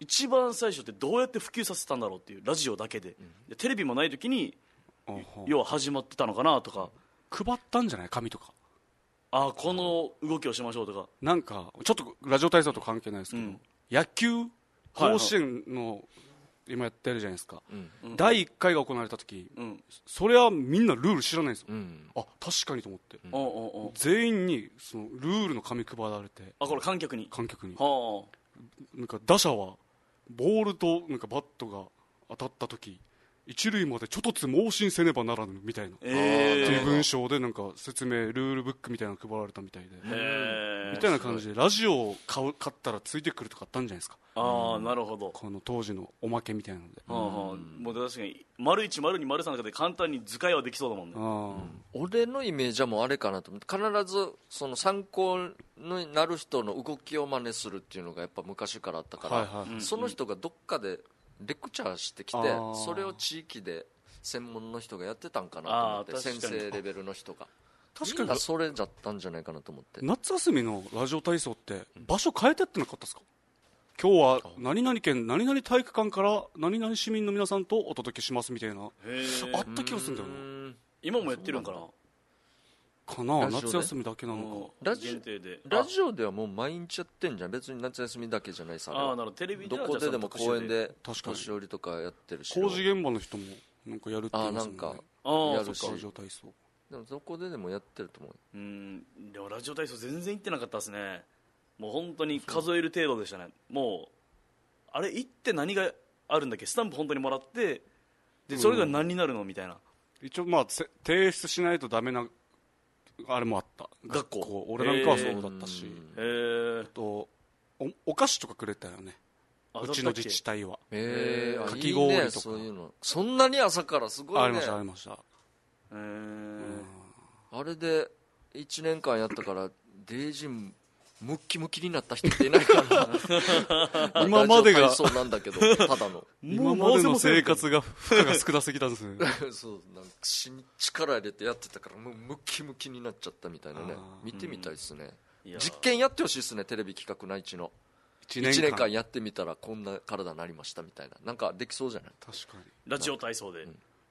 B: 一番最初ってどうやって普及させたんだろうっていうラジオだけで,で、テレビもない時に要は始まってたのかなとか
C: 配ったんじゃない紙とか
B: あこの動きをしましょうとか
C: なんかちょっとラジオ体操と関係ないですけど、
B: うん
C: 野球甲子園の今やってるじゃないですか、
B: ん
C: 第1回が行われた時
B: うん
C: それはみんなルール知らないんですよ、
A: うん
C: あ確かにと思って、
B: おうおうおう
C: 全員にそのルールの紙配られて
B: あこれ観客に
C: 観客に
B: は
C: なんか打者はボールとなんかバットが当たった時一塁までちょっとつ盲信せねばならぬみたいな、
B: あえ
C: っ
B: え
C: ていう文章でなんか説明ルールブックみたいなの配られたみたいで
B: へ
C: み
B: え
C: たいな感じでラジオを買う買ったらついてくるとかあったんじゃないですか
B: ああなるほど、
C: この当時のおまけみたいなので、
B: はあはあもう確かに丸一丸二丸三の中で簡単に図解はできそうだもんね
C: あ
A: 俺のイメージはもうあれかなと思って必ずその参考になる人の動きを真似するっていうのがやっぱ昔からあったから、
C: はいはい
A: その人がどっかでレクチャーしてきて
C: あー
A: それを地域で専門の人がやってたんかなと思っ
B: あ
A: て
B: ー確
A: 先
B: かに
A: 生レベルの人が
C: 確
A: み
C: か
A: んな
C: に
A: それだったんじゃないかなと思って
C: 夏休みのラジオ体操って場所変えてってなかったですか今日は何々県何々体育館から何々市民の皆さんとお届けしますみたいな
B: へえ
C: あった気がするんだよ
A: うーん
B: 今もやってるんかな
C: なかな
A: ラジオで
C: 夏休みだけな
B: うん
C: の
A: ラジ
B: 限定で
A: ラジオではもう毎日やってんじゃん別に夏休みだけじゃないさ
B: ああーなるほどテレビで
A: ど
B: は
A: こ
B: じ
A: で
B: ゃあ
A: でも公園で
C: 確かに
A: 年寄りとかやってるし
C: か工事現場の人もなんかやるって言
A: あ
C: い
A: ー
C: ま
A: な
C: すも
A: ん
C: んね
A: か
B: ああ
A: や
B: そっ
A: るし
B: か
C: ラジオ体操
A: でもどこででもやってると思う
B: うんでもラジオ体操全然行ってなかったですねもう本当に数える程度でしたねもうあれ行って何があるんだっけスタンプ本当にもらってでそれが何になるのみたいな、
C: 一応まあせ提出しないとダメなあれもあった
B: 学校
C: 俺なんかはそうだったし、
B: えー、
C: とおお菓子とかくれたよね
B: あ
C: うちの自治体は
A: えー、
C: かき氷
A: い
C: とか
A: いね、そういうのそんなに朝からすごいね
C: ありましたありました
B: だったっけえー
A: あれで1年間やったからデイジンムッキムキになった人っていない から
C: 今までが
A: そうなんだけどただ の
C: 今までの生活が負荷が少なすぎたん ですね
A: そうなんか死に力入れてやってたからもうムッキムキになっちゃったみたいなね
C: あー
A: 見てみたいですね
B: いやー
A: 実験やってほしいですねテレビ企画内地の
C: 1
A: 1年間やってみたらこんな体になりましたみたいななんかできそうじゃない
C: 確かに
B: ラジオ体操で、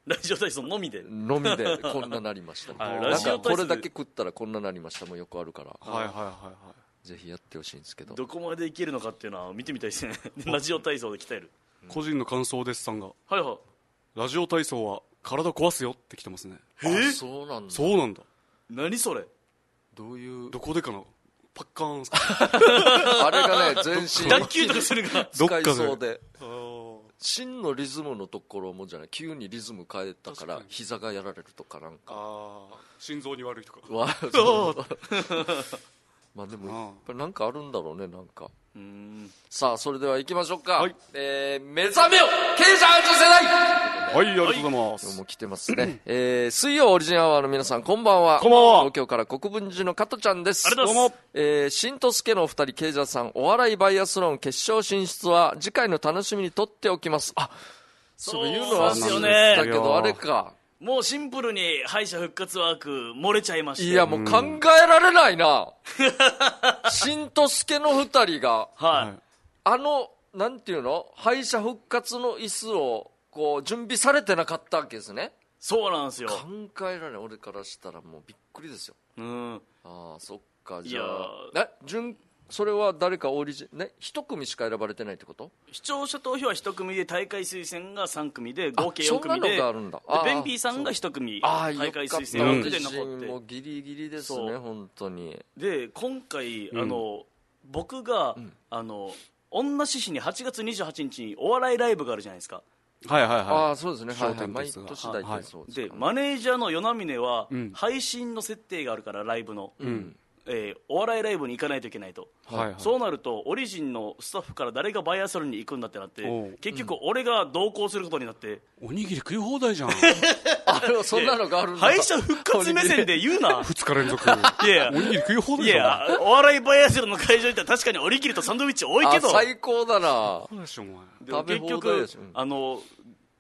B: ラジオ体操のみで、
A: のみでこんななりましたみたいな
B: あラ
A: なん
B: ジオ
A: か
B: 体操で
A: これだけ食ったらこんななりましたもよくあるから
C: はいはいはいはい
A: ぜひやってほしいんですけど
B: どこまでいけるのかっていうのは見てみたい ですねラジオ体操で鍛える
C: 個人の感想ですさんが
B: はいはい
C: ラジオ体操は体壊すよって来てますね
A: あそうなんだ
C: そうなんだ
B: 何それ
A: どういう
C: どこでかなパッカーンっすか
A: あれがね全身
B: 脱臼とか するか
C: どっ
A: 使
C: か
A: い
C: で
A: そうで真のリズムのところもじゃない急にリズム変えたから膝がやられるとかなんか
C: ああ 心臓に悪いとか
A: わそうまあでもやっぱりなんかあるんだろうねなんか
B: うん
A: さあそれでは行きましょうか、
C: はい
A: えー目覚めよ経済アート世代
C: はいありがとうござい
A: 今日
C: ま
A: も来てますね、えー水曜オリジンアワーの皆さんこんばんは
C: こんばんは
A: 東京から国分寺の加トちゃんです
B: ありがとうございます
A: えー新とすけのお二人ケイジャーさんお笑いバイアスロン決勝進出は次回の楽しみにとっておきますあそういえば言うの
B: そうですよ
A: 忘
B: ね
A: れてたけどあれか
B: もうシンプルに敗者復活枠漏れちゃいまして
A: いやもう考えられないな 新とすけの二人が
B: はい、
C: はい
A: あのなんていうの敗者復活の椅子をこう準備されてなかったわけですね
B: そうなんですよ
A: 考えられない俺からしたらもうびっくりですよ
B: うん
A: ああそっかじゃ
B: い
A: あえ順それは誰かオリジンね一組しか選ばれてないってこと
B: 視聴者投票は1組で大会推薦が3組で合計
A: あそ
B: 4
A: んな
B: 組
A: の
B: で
A: があるんだあー
B: でベンビーさんが1組
A: ああ
B: 大
A: よかった
B: 会
A: 自
B: 推薦枠で
A: 身
B: 残
A: も
B: って
A: ギリギリです
B: そ
A: ね
B: う
A: 本当に
B: で今回あの僕があの女獅子に8月28日にお笑いライブがあるじゃないですか
C: はいはい
A: あ
C: は
A: あそうですね
C: 商
A: はい、はい、
C: 店
A: 毎
C: ですが
A: 年大体そうですか
B: で
A: らね、
B: マネージャーの与那嶺は
C: うん
B: 配信の設定があるからライブのえーお笑いライブに行かないといけないと
C: いはいはい
B: そうなるとオリジンのスタッフから誰がバイアスロンに行くんだってなって
C: おう
B: 結局俺が同行することになって
C: おにぎり食い放題じゃん
A: あれはそんなのがあるんだ
B: 敗者復活目線で言うな
C: 二日連続
B: いや
C: おにぎり食い放題
B: い
C: じゃん
B: や、お笑いバイアスロンの会場行ったら確かにおにぎりとサンドイッチ多いけど
A: あ、最高 だな
C: そうでしょお前
B: でも
A: 食べ
B: 結
A: 放題
B: 局
A: ですうん、
B: あの、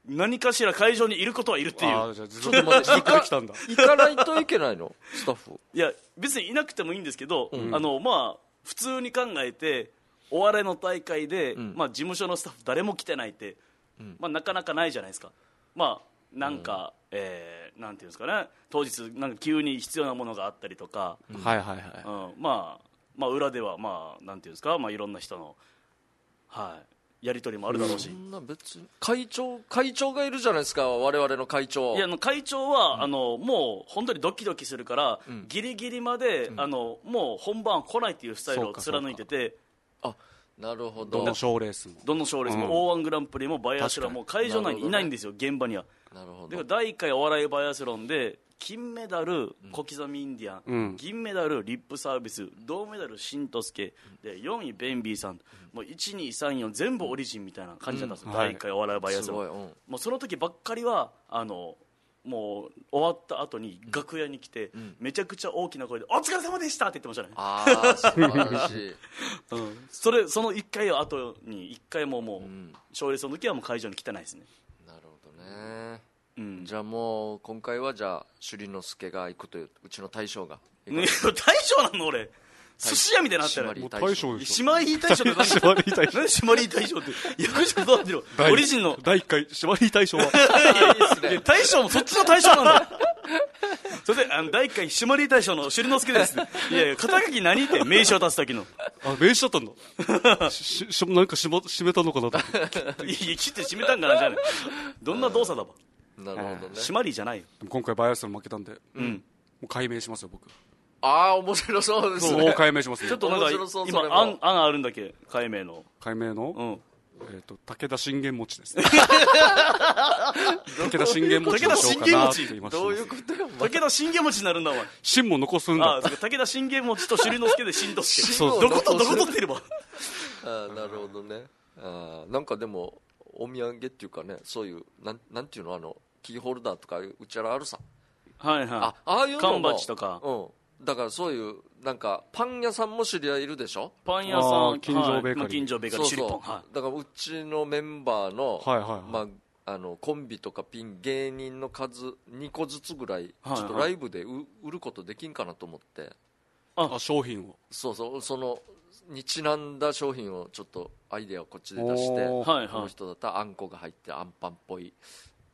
B: 何かしら会場にいることはいるってい
C: あ
B: う。
C: あじゃあずっ
A: ちょ
C: と
A: っ と待って
C: ずっとできたんだ
A: 行かないといけないのスタッフ
B: いや、別にいなくてもいいんですけど、あの、まあ、普通に考えて、お笑いの大会で、
A: ん
B: まあ、事務所のスタッフ誰も来てないって、まあ、なかなかないじゃないですか。まあ、なんか、えーなんていうんですかね、当日、なんか急に必要なものがあったりとか、
C: はいはいはい
B: うんまあ、まあ裏ではまあなんていうんですか、まあ、いろんな人の、はい、やり取りもあるだろうし、
A: そんな別に会長会長がいるじゃないですか我々の会長
B: いやあの会長は、あのもう本当にドキドキするから、ギリギリまで、あのもう本番は来ないっていうスタイルを貫いてて
A: あなるほ
C: ど
A: ど
C: の賞レースも
B: どの賞レースも、
C: うん
B: O−1 グランプリもバイアスロンも会場内にいないんですよ、現場には。
A: なるほ
B: だか
A: ど
B: ら第1回お笑いバイアスロンで金メダル、小刻みインディアン、
C: うん
B: 銀メダル、リップサービス銅メダル、しんとすけで4位、ベンビーさん、もう1、2、3、4全部オリジンみたいな感じだったんですよ、
C: うんはい
B: 第1回お笑いバイアス
A: す
B: ロン、
A: ごい、うん、
B: もうその時ばっかりはあのもう終わった後に楽屋に来て、めちゃくちゃ大きな声で「お疲れ様でした!」って言ってましたね
A: あ あ素晴らしい
B: それその1回を後に1回ももう
A: うん
B: 賞、レースの時はもう会場に来てないですね、
A: なるほどね
B: うん、
A: じゃあもう今回はじゃあ首里之助が行くといううちの大将が
B: いや 大将なの俺寿司屋みたいになってる
A: 締まり
C: もう大将でしょ
B: 島井大将って何
C: 縛り大将
B: 何島井大将って役所断ってるオリジンの
C: 第1回縛り大賞は
A: いい
B: いや大将もそっちの大将なんだよそれであの第1回島井大将の首里之助ですいやいや肩書き何って名刺を出す時の
C: あ名刺だったんだししなんかしま締めたのかなと思って
B: いや切って締めたんかなじゃないどんな動作だば
A: なるほどね
B: 締まりじゃないよ
C: でも今回バイアスロン負けたんで、
B: うん
C: もう解明しますよ僕
A: ああ面白そうです
C: もう
A: ね
C: 解明します
B: ちょ
C: よ
B: っとなんか
A: 面白そう
B: 今
A: それも
B: 案案あるんだっけ解明の
C: 解明の、
B: うん
C: えっ、と武田信玄餅ですね 武田信玄餅にしようかなって言いました
A: どういうことよ
B: 武田信玄餅になるんだお前
C: 芯も残すん
B: あ
C: だ
B: あそうか武田信玄餅と首里之助でしんどす け
A: そう
B: どことどこ取ってれば
A: あーなるほどねあーなんかでもお土産っていうかねそういうなんなんていうのあのキーホルダーとかうちらあるさ
B: はいは
A: あああいうのも
B: 缶バッジとか
A: うん、だからそういうなんかパン屋さんも知り合いいるでしょ
B: いパン屋
C: あ
B: さ
C: ー
B: ん
C: 近所ベ
B: は
C: ーカリー
B: いまあ近所ベーカリー首里ポンはい
A: だからうちのメンバーの,、
C: はいはいはい
A: まあ、あのコンビとかピン芸人の数2個ずつぐらいちょ
B: はい
A: っとライブでう売ることできんかなと思って
C: あ商品を
A: そうそうそのにちなんだ商品をちょっとアイデアをこっちで出してこ
C: おー
B: はいはい
A: の人だったらあんこが入ってアンパンっぽい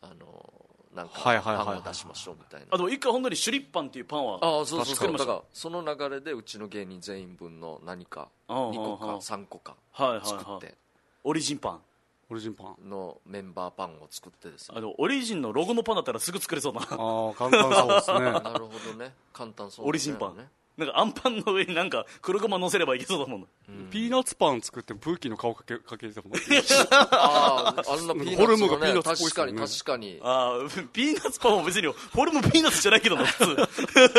A: あのなんか
C: はいはいはいはい
A: パンを出しましょうみたいな
B: あでも一回本当にシュリッパンっていうパンは
A: ああそうそう
B: 作
A: そ
B: り
A: う
B: ま
A: だ
B: し
A: か
B: た
A: らその流れでうちの芸人全員分の何か
B: ああ
A: 2個
B: あああ
A: か
B: あ
A: 3個か
B: はいはい
A: 作っ
B: はい
A: て
B: オリジンパン
C: オリジンパン
A: のメンバーパンを作って ですね
B: あのオリジンのロゴのパンだったらすぐ作れそうな
C: ああ簡単そうですね
A: なるほどね簡単そうだね
B: オリジンパン
A: ね
B: なんかアンパンの上になんか黒ごま乗せればいけそうだもんな
C: ピーナッツパン作ってもプーキーの顔かけかけてもらって
A: あああんなピーナッツ
C: フォルム
A: の
C: がピーナッツっぽいです
A: 確か
C: よね
A: に確かに
B: ああ、ピー ナッツパンも別に、フォルムピーナッツじゃないけどな、普通。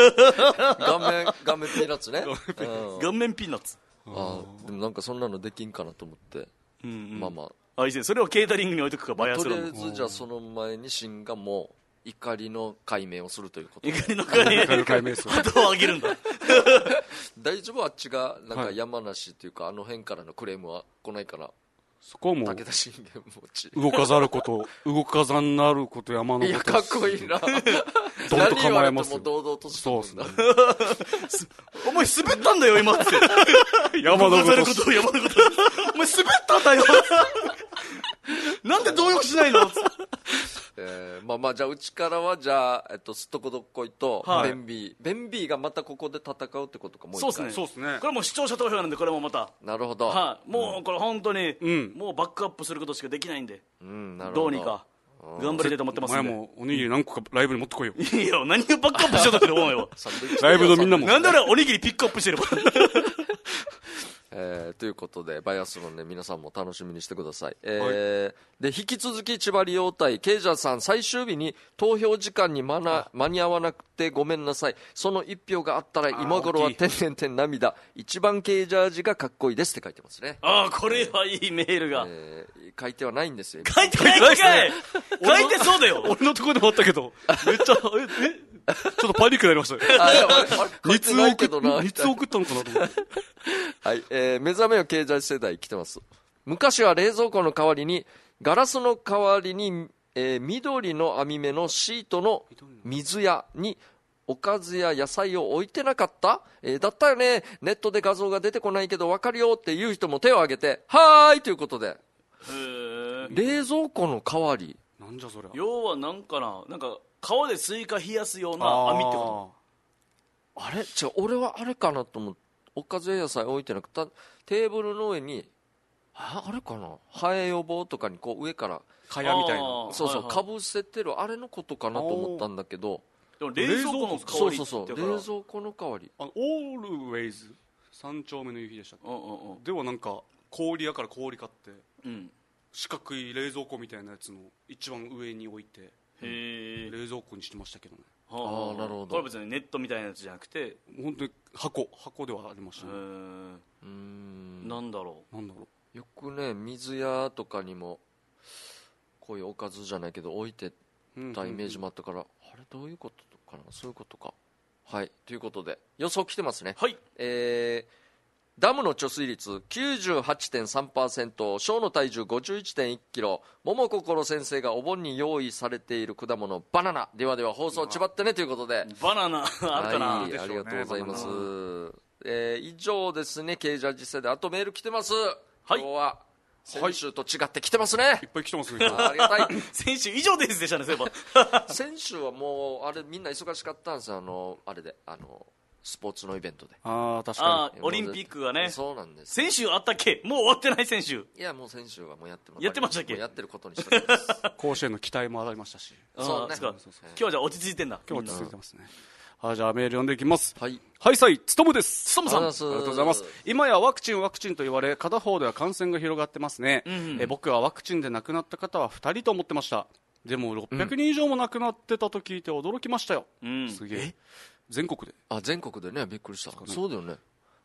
A: 顔面顔面ピーナッツねうん
B: 顔面ピーナッツ。
A: あーでもなんかそんなのできんかなと思って
B: うん、うん。
A: まあまあ
B: あ、いいですねそれをケータリングに置いとくか、バイア
A: と
B: ス
A: り
B: ロ
A: あ
B: ン
A: え
B: の。
A: ずじゃあその前にシンがもう怒りの解明をするということ
B: 怒りの
C: 怒り
B: 金
C: の解明ですよ
B: 旗を上げるんだ。
A: 大丈夫あっちがなんか
C: はい
A: 山梨っていうかあの辺からのクレームは来ないから
C: そこはもう
A: 武田信玄餅
C: 動かざること動かざんなること山のこと
A: いやかっこいいな
C: どん
A: 何
C: と
A: 言わ
C: 構え
A: れて
C: ま
A: も
C: すよ
A: 堂々として
C: そ うですね
B: お前滑ったんだよ、今って。
C: 山の
B: 動かされる
C: こ
B: こととを山のこと。お前 滑ったんだよ。なんで動揺しないの
A: えーまあまあじゃあうちからはじゃあ、えっと、すっとこどっこいと
B: はい
A: ベンビー、ベンビーがまたここで戦うってことかもう一
B: そう
A: 回
B: ですね
C: そうっすね
B: これもう視聴者投票なんでこれもまた
A: なるほど
B: はい、もうこれ本当に、
C: ん
B: もうバックアップすることしかできないんで、
A: うんなる
B: ど
A: ほ
B: うにか頑張りたいと思ってま
C: お
B: す
C: 前
B: んで。
C: もおにぎり何個かライブに持ってこいよ
B: いいよ、何をバックアップしようとしてる思う よ。
A: サンドイッチ
C: ライブのみんなも
B: なんで俺はおにぎりピックアップしてれば。
A: えーということで、バイアスロンね、皆さんも楽しみにしてください。えーで、引き続き、千葉利用隊、ケイジャーさん、最終日に投票時間に間な間に合わなくてごめんなさい。その一票があったら、今頃は、
C: 大
A: てんてんてん涙。一番ケイジャージがかっこいいですって書いてますね。
B: ああ、これはいいメールが。
A: えー書いてはないんですよ。
B: 書いてないんかい 書いてそうだよ。
C: 俺のところでもあったけどめっちゃええ ちょっとパニックになりましたね
A: あ、いやあれあれ書いて
C: 二通
A: な
C: 送
A: いけどな。
C: っ二通送ったのかなと思って
A: はい、えー目覚めよ経済世代来てます昔は冷蔵庫の代わりにガラスの代わりに、えー緑の網目のシートの水屋におかずや野菜を置いてなかった、えーだったよねネットで画像が出てこないけど分かるよっていう人も手を挙げてはーいということで
B: へー
A: 冷蔵庫の代わり
C: なんじゃそりゃ
B: 要はなんかな、なんか、川でスイカ冷やすような網ってこ
A: あれ違う俺はあれかなと思っておかずや野菜置いてなくてたテーブルの上にああれかなハエ予防とかにこう上から
C: あー蚊帳みたい
B: あ
C: な
B: ー
A: そうそう、
B: はい
A: か
B: はい
A: ぶせてるあれのことかなと思ったんだけど、
B: とでも冷蔵庫の代
A: そ
B: わ
A: う
B: り
A: そ
B: っ
A: うそう、
B: て
A: 冷
B: からうんうん
A: 蔵庫の代わり。
C: あのオールウェイズ三丁目の夕日でしたっけ
B: うん
C: ではなんか氷屋から氷買って
B: うん。
C: 四角い冷蔵庫みたいなやつの一番上に置いて
B: へえ。
C: 冷蔵庫にしてましたけどね
B: はあはあ
A: あーなるほど
B: これは別にネットみたいなやつじゃなくて、
C: 本当に箱箱ではありまし
B: う
C: たね
B: ーん、
A: うーん
B: なんだろ
C: なんだろ
A: よくね、水屋とかにも、こういうおかずじゃないけど、置いて
C: ううん
A: たイメージもあったから、あれ、どういうことかな、そういうことか。はい、ということで、予想来てますね。
B: う。はい。
A: えーダムの貯水率98.3%、小の体重51.1キロ、桃心先生がお盆に用意されている果物、バナナ。ではでは放送ちばってねということで。
B: バ ナナあるかな、
A: はい、
C: でしょ
A: あ
C: う
A: り
C: ね
A: がとうございます
C: バナ。
A: えー以上ですね、ケイジャー実践で。あとメール来てます。
B: い
A: 今日は、先週と違って来てますね。
C: いっぱい来てますね
A: ありがたい。
B: 先週以上ですでしたねそういえば
A: 先週はもう、あれ、みんな忙しかったんですよ。あの、あれで、あの、スポーツのイベントで。
C: あ あ確
B: あ
C: か
B: ーオリンピックがね
A: そうなんです。
B: 先週あったっけもう終わってない先週
A: いや、もう先週はもうやってます。
B: やってましたっけ
A: もうやってることにしてます。
C: に甲子園の期待も上がりましたし
B: あー
A: そうね
B: っか
A: そうそうそう
B: 今日はじゃあ落ち着いてんだ
C: 今日
B: みんな
C: は続いてますねあーじゃあメール読んでいきます
A: はい。
C: はいさいつとむです
B: トムさん
A: あ
B: あ
A: り
B: ー
A: が
C: ありがとうございます。今やワクチン、ワクチンと言われ、片方では感染が広がってますね、え僕はワクチンで亡くなった方は2人と思ってました、でも600人以上も亡くなってたと聞いて驚きましたよ、
B: ん
C: すげえ、全国で、
A: あ、全国でね、びっくりした。そうだよね。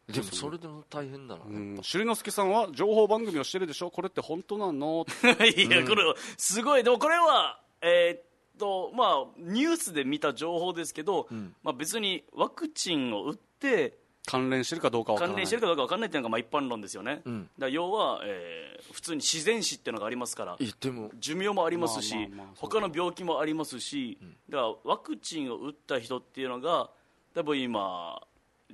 A: でも、それでも大変だな。
C: うん、しりのすけさんは情報番組をしてるでしょ、これって本当なの
B: いやこれすごいでもこれはえーっとまあニュースで見た情報ですけど、まあ、別にワクチンを打って
C: 関連してるかどうかわからな
B: 関
C: い
B: 連してるかどうか分かんないっていうのがまあ一般論ですよね、
A: ん
B: だから要は、えー普通に自然死っていうのがありますから
A: え、でも、
B: 寿命もありますし、
C: まあまあまあそう
B: 他の病気もありますし、だからワクチンを打った人っていうのが多分今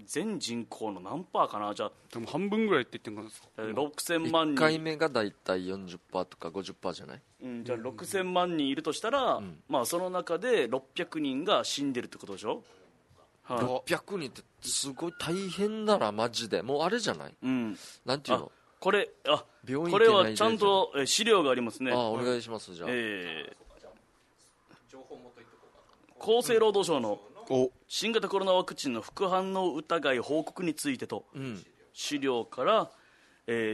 B: 全人口の何パーかなじゃあ
C: でも半分ぐらいって言ってるんですか、
B: えー6000万
A: 1回
B: 人、
A: 目がだいたい40%とか50%じゃない
B: うん、じゃあ6000万人いるとしたら、まあ、その中で600人が死んでるってことでしょ、は
A: 600人ってすごい大変だなマジでもうあれじゃない
B: いうん、
A: なんていう
B: あ
A: の
B: これあ
A: 病院
B: これ
A: 行けな
B: はいちゃんとえー資料がありますね
A: ああお願いしますじゃあ、
B: えー厚生労働省の
C: お
B: 新型コロナワクチンの副反応疑い報告についてと、資料から、えー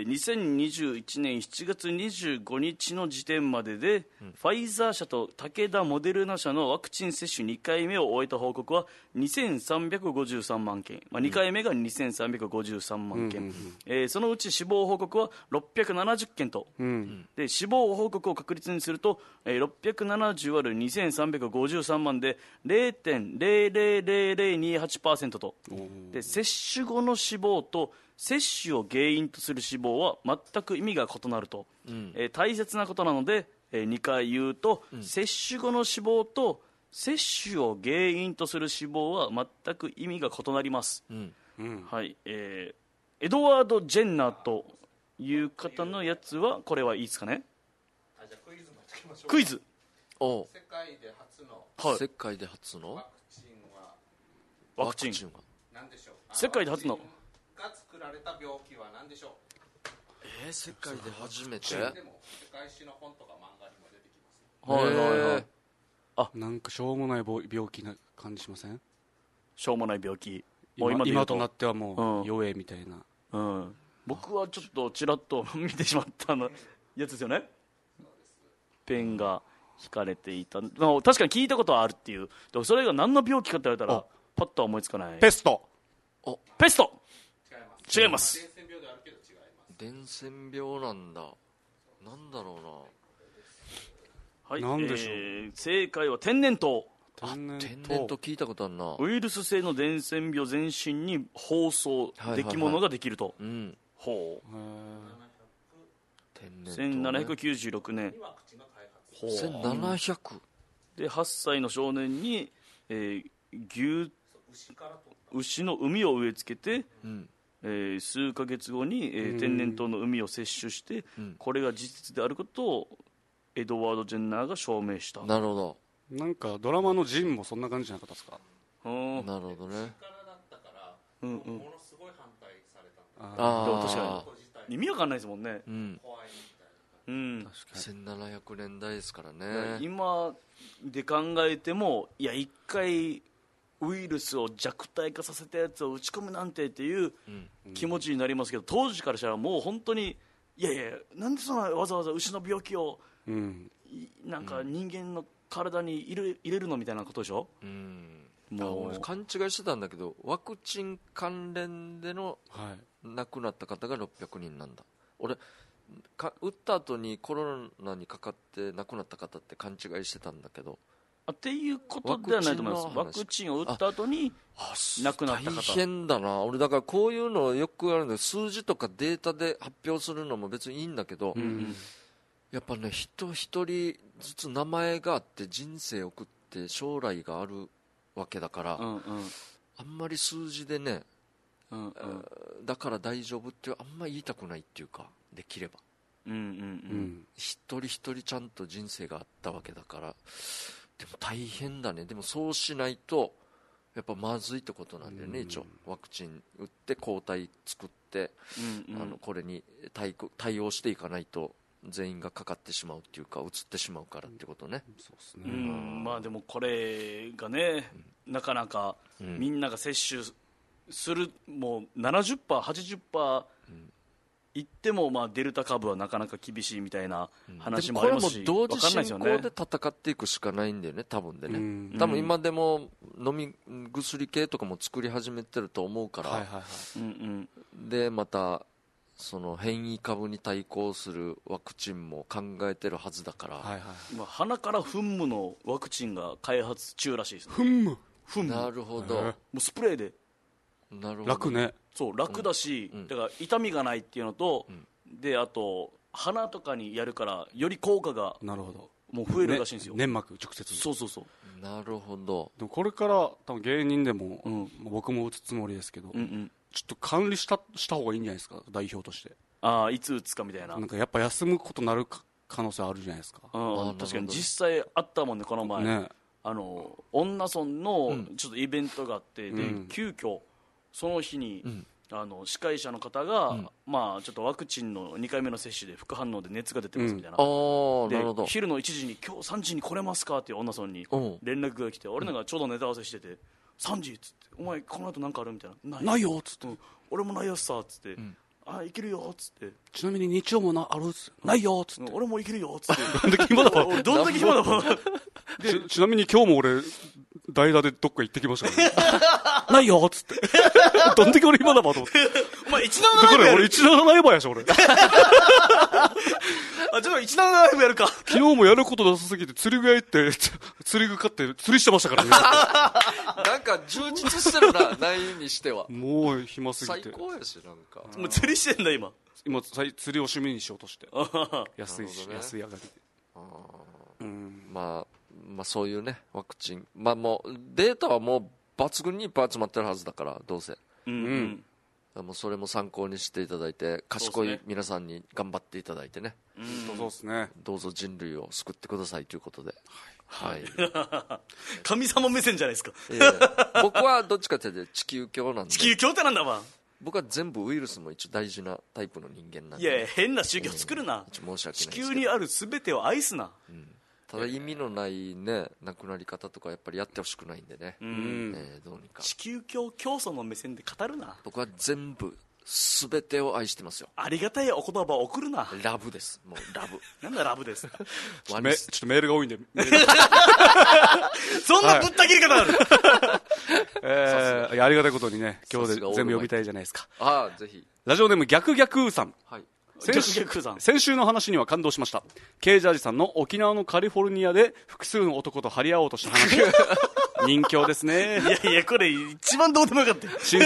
B: 2021年7月25日の時点までで、ファイザー社と武田モデルナ社のワクチン接種2回目を終えた報告は2353万件、まあ、2回目が2353万件、えーそのうち死亡報告は670件と、で死亡報告を確率にすると、えー、670割る2353万で0.000028%とで接種後の死亡と接種を原因とする死亡は全く意味が異なると、えー大切なことなので、え2回言うと、接種後の死亡と接種を原因とする死亡は全く意味が異なります、はいえーエドワード・ジェンナーという方のやつはこれはいいですかねクイズ
A: おう
G: 世界で初の
B: はい
A: 世界で初の
G: ワクチンは
B: ワクチン
A: が
G: 何でしょう
B: 世界で初の
G: ワクチンが作られた病気は何でしょ
A: えー、世界で初めて
G: うでも世界史の本とか漫画にも出てきます
B: はいはいは
A: え
B: い
A: ー
C: なんかしょうもないぼ病気な感じしません
B: しょうもない病気も
C: 今
B: う今で言
C: 今
B: うと
C: となってはも
B: うん
C: う弱えみたいな
B: うん、僕はちょっとちらっと見てしまったの やつですよねペンが引かれていた、まあ、確かに聞いたことはあるっていうでもそれが何の病気かって言われたらパッとは思いつかない
C: ペスト
B: ペスト違います
A: 伝染病なんだなんだろ
B: はい、
C: なんでしょう
B: えー正解は天然
A: う
B: 痘
A: な
C: 天
A: 天然と聞いたことあるな
B: ウイルス性の伝染病全身に包装
A: はいはい
B: できものができると、
A: うん
B: ほう
A: 天然と、ね、
B: 1796年ほう
A: 1700
B: で8歳の少年に、えー牛牛の海を植え付けて、
A: ん
B: えー数か月後に、えー天然痘の海を摂取して、これが事実であることをエドワード・ジェンナーが証明した
A: なるほど
C: なんかドラマのジンもそんな感じじゃなかったですか
B: うん
A: なるほどね
B: うんうん
G: ものすごい反対されたんで
A: あ
B: でも
A: あ
B: 確か意味わかんないですもんね、
A: うん、
B: うん、
A: 1700年代ですから
B: だから
A: ね
B: 今で考えてもいや一回ウイルスを弱体化させたやつを打ち込むなんてっていう気持ちになりますけど当時からしたらもう本当にいやいやなんでそんなわざわざ牛の病気を
C: うん
B: いなんか人間の体に入れ入れるのみたいなことでしょ
A: うん
B: もう
A: 勘違いしてたんだけどワクチン関連での
C: はい
A: 亡くなった方が600人なんだ俺か打った後にコロナにかかって亡くなった方って勘違いしてたんだけど
B: あっていうことではないと思いますワ
A: ワ
B: ク
A: クチンの話
B: チンを打った後に亡くなった方
A: 大変だな俺だからこういうのよくあるんだけど数字とかデータで発表するのも別にいいんだけど、やっぱね人一人ずつ名前があって人生送って将来があるわけだから、
B: うんうん
A: あんまり数字でね
B: うんうん
A: だから大丈夫ってあんま言いたくないっていうかできれば
B: うんうん
C: う
B: うん
C: ん
A: 一人一人ちゃんと人生があったわけだからでも大変だねでもそうしないとやっぱまずいってことなんだよね、一応ワクチン打って抗体作って、
B: うんうん
A: あのこれに対抗対応していかないと全員がかかってしまうっていうかうつってしまうからってことね、
C: そうです
B: う
C: ね
B: ん、まあでもこれがね、なかなかみんなが接種する、もう70%、80%いっても、まあ、デルタ株はなかなか厳しいみたいな話
A: でも
B: も
A: こ
B: あり
A: れ
B: ま
A: も
B: すし、
A: 同
B: わ
A: 時
B: かんないです
A: 進
B: よ
A: 行
B: ね
A: で戦っていくしかないんだよね多分でね、
C: うん
A: 多分今でも飲み薬系とかも作り始めてると思うから、
C: はいはいはい
B: うんうん
A: でまたその変異株に対抗するワクチンも考えてるはずだから、
C: はいはい
B: 今、鼻から噴霧のワクチンが開発中らしいです、ね、噴霧
A: な
B: も
A: るほど、
B: うスプレーで、
A: なるほど
C: 楽ね
B: そう、楽だし、だから痛みがないっていうのと、であと、鼻とかにやるから、より効果が
C: なるほど
B: もう増えるらしいんですよ。
C: ね粘膜直接
B: そうそうそう
A: なるほど
C: でもこれから多分芸人でも、
B: うん
C: まあ僕も打つつもりですけど、
B: うんうん、
C: ちょっと管理したした方がいいんじゃないですか代表として
B: ああいつ打つかみたいな、
C: なんかやっぱ休むことになるか可能性あるじゃないですか
B: うん、確かに実際あったもんねこの前、
C: ね
B: あの女村のちょっとイベントがあって、
C: うん
B: で急遽その日に、あの司会者の方が、まあ、ちょっとワクチンの2回目の接種で副反応で熱が出てますみたいな、
A: ああなるほ
B: で
A: ど
B: 昼の1時に今日3時に来れますかっていう女村に
A: うん
B: 連絡が来て、俺なんかちょうどネタ合わせしてて3時っつってお前この後なんかあるみたいな
C: ないよっつって
B: うん俺もないよっさっつって、あいけるよっつって
C: ちなみに日曜もなあるっすないよっつって
B: 俺もいけるよっつって俺 どんだけ暇だもん
C: ちちなみに今日も俺代打でどっか行ってきましたからね ないよっつって どんだけ俺今だばと思って
B: お前一
C: だ
B: 七
C: から
B: ライ ブ
C: 俺17ライバーやし俺昨
B: あちょっと一七ライブやるか
C: 日もやることなさすぎて釣り具屋行って つ釣り具買って釣りしてましたから ね
A: なんか充実してるな内容にしては
C: もう暇すぎ
A: 最
C: て
A: 高やしなんか
B: もう釣りしてんだ今
C: 今さい釣りを趣味にしようとして安い
A: なる
C: し、
A: ほどね
C: 安い上がりで
A: まあまあそういうねワクチンまあもうデータはもう抜群にいっぱい集まってるはずだからどうせ
B: うん、うん、
A: らもうそれも参考にしていただいて賢い皆さんに頑張っていただいてね
C: そうですね
A: どうぞ人類を救ってくださいということで、はい
B: 神様目線じゃないですか
A: え ー僕はどっちかというと地球教なんで
B: 地球教ってなんだわ
A: 僕は全部ウイルスも一応大事なタイプの人間なん
B: いや
A: で
B: 変な宗教作るな、
A: 一応申し
B: 地
A: 訳ないです
B: 球
A: け
B: に
A: ど
B: ある全てを愛すな、
A: ただ意味のないね亡くなり方とかやっぱりやってほしくないんでね、
C: ん
A: えーどうにか
B: 地球教教祖の目線で語るな
A: 僕は全部全てを愛してますよ
B: ありがたいお言葉を送るな
A: ラブですもうラ ブ
B: なんだラブです
A: ワ
C: め
A: ニ
C: ちょ
A: ス
C: っとメールが多い んで、
B: そんなぶった切り方あ る、
C: えーいやありがたいことにね今日
A: さす
C: で
A: がオール
C: 全部
A: マイティ
C: 呼びたいじゃないですか
A: ああぜひ
C: ラジオネーム逆逆うさん
A: はい
B: 逆逆さん
C: 先週の話には感動しましたケイジャージさんの沖縄のカリフォルニアで複数の男と張り合おうとした 話人形ですね
B: いやいやこれ一番どうでもよかったよ
C: しん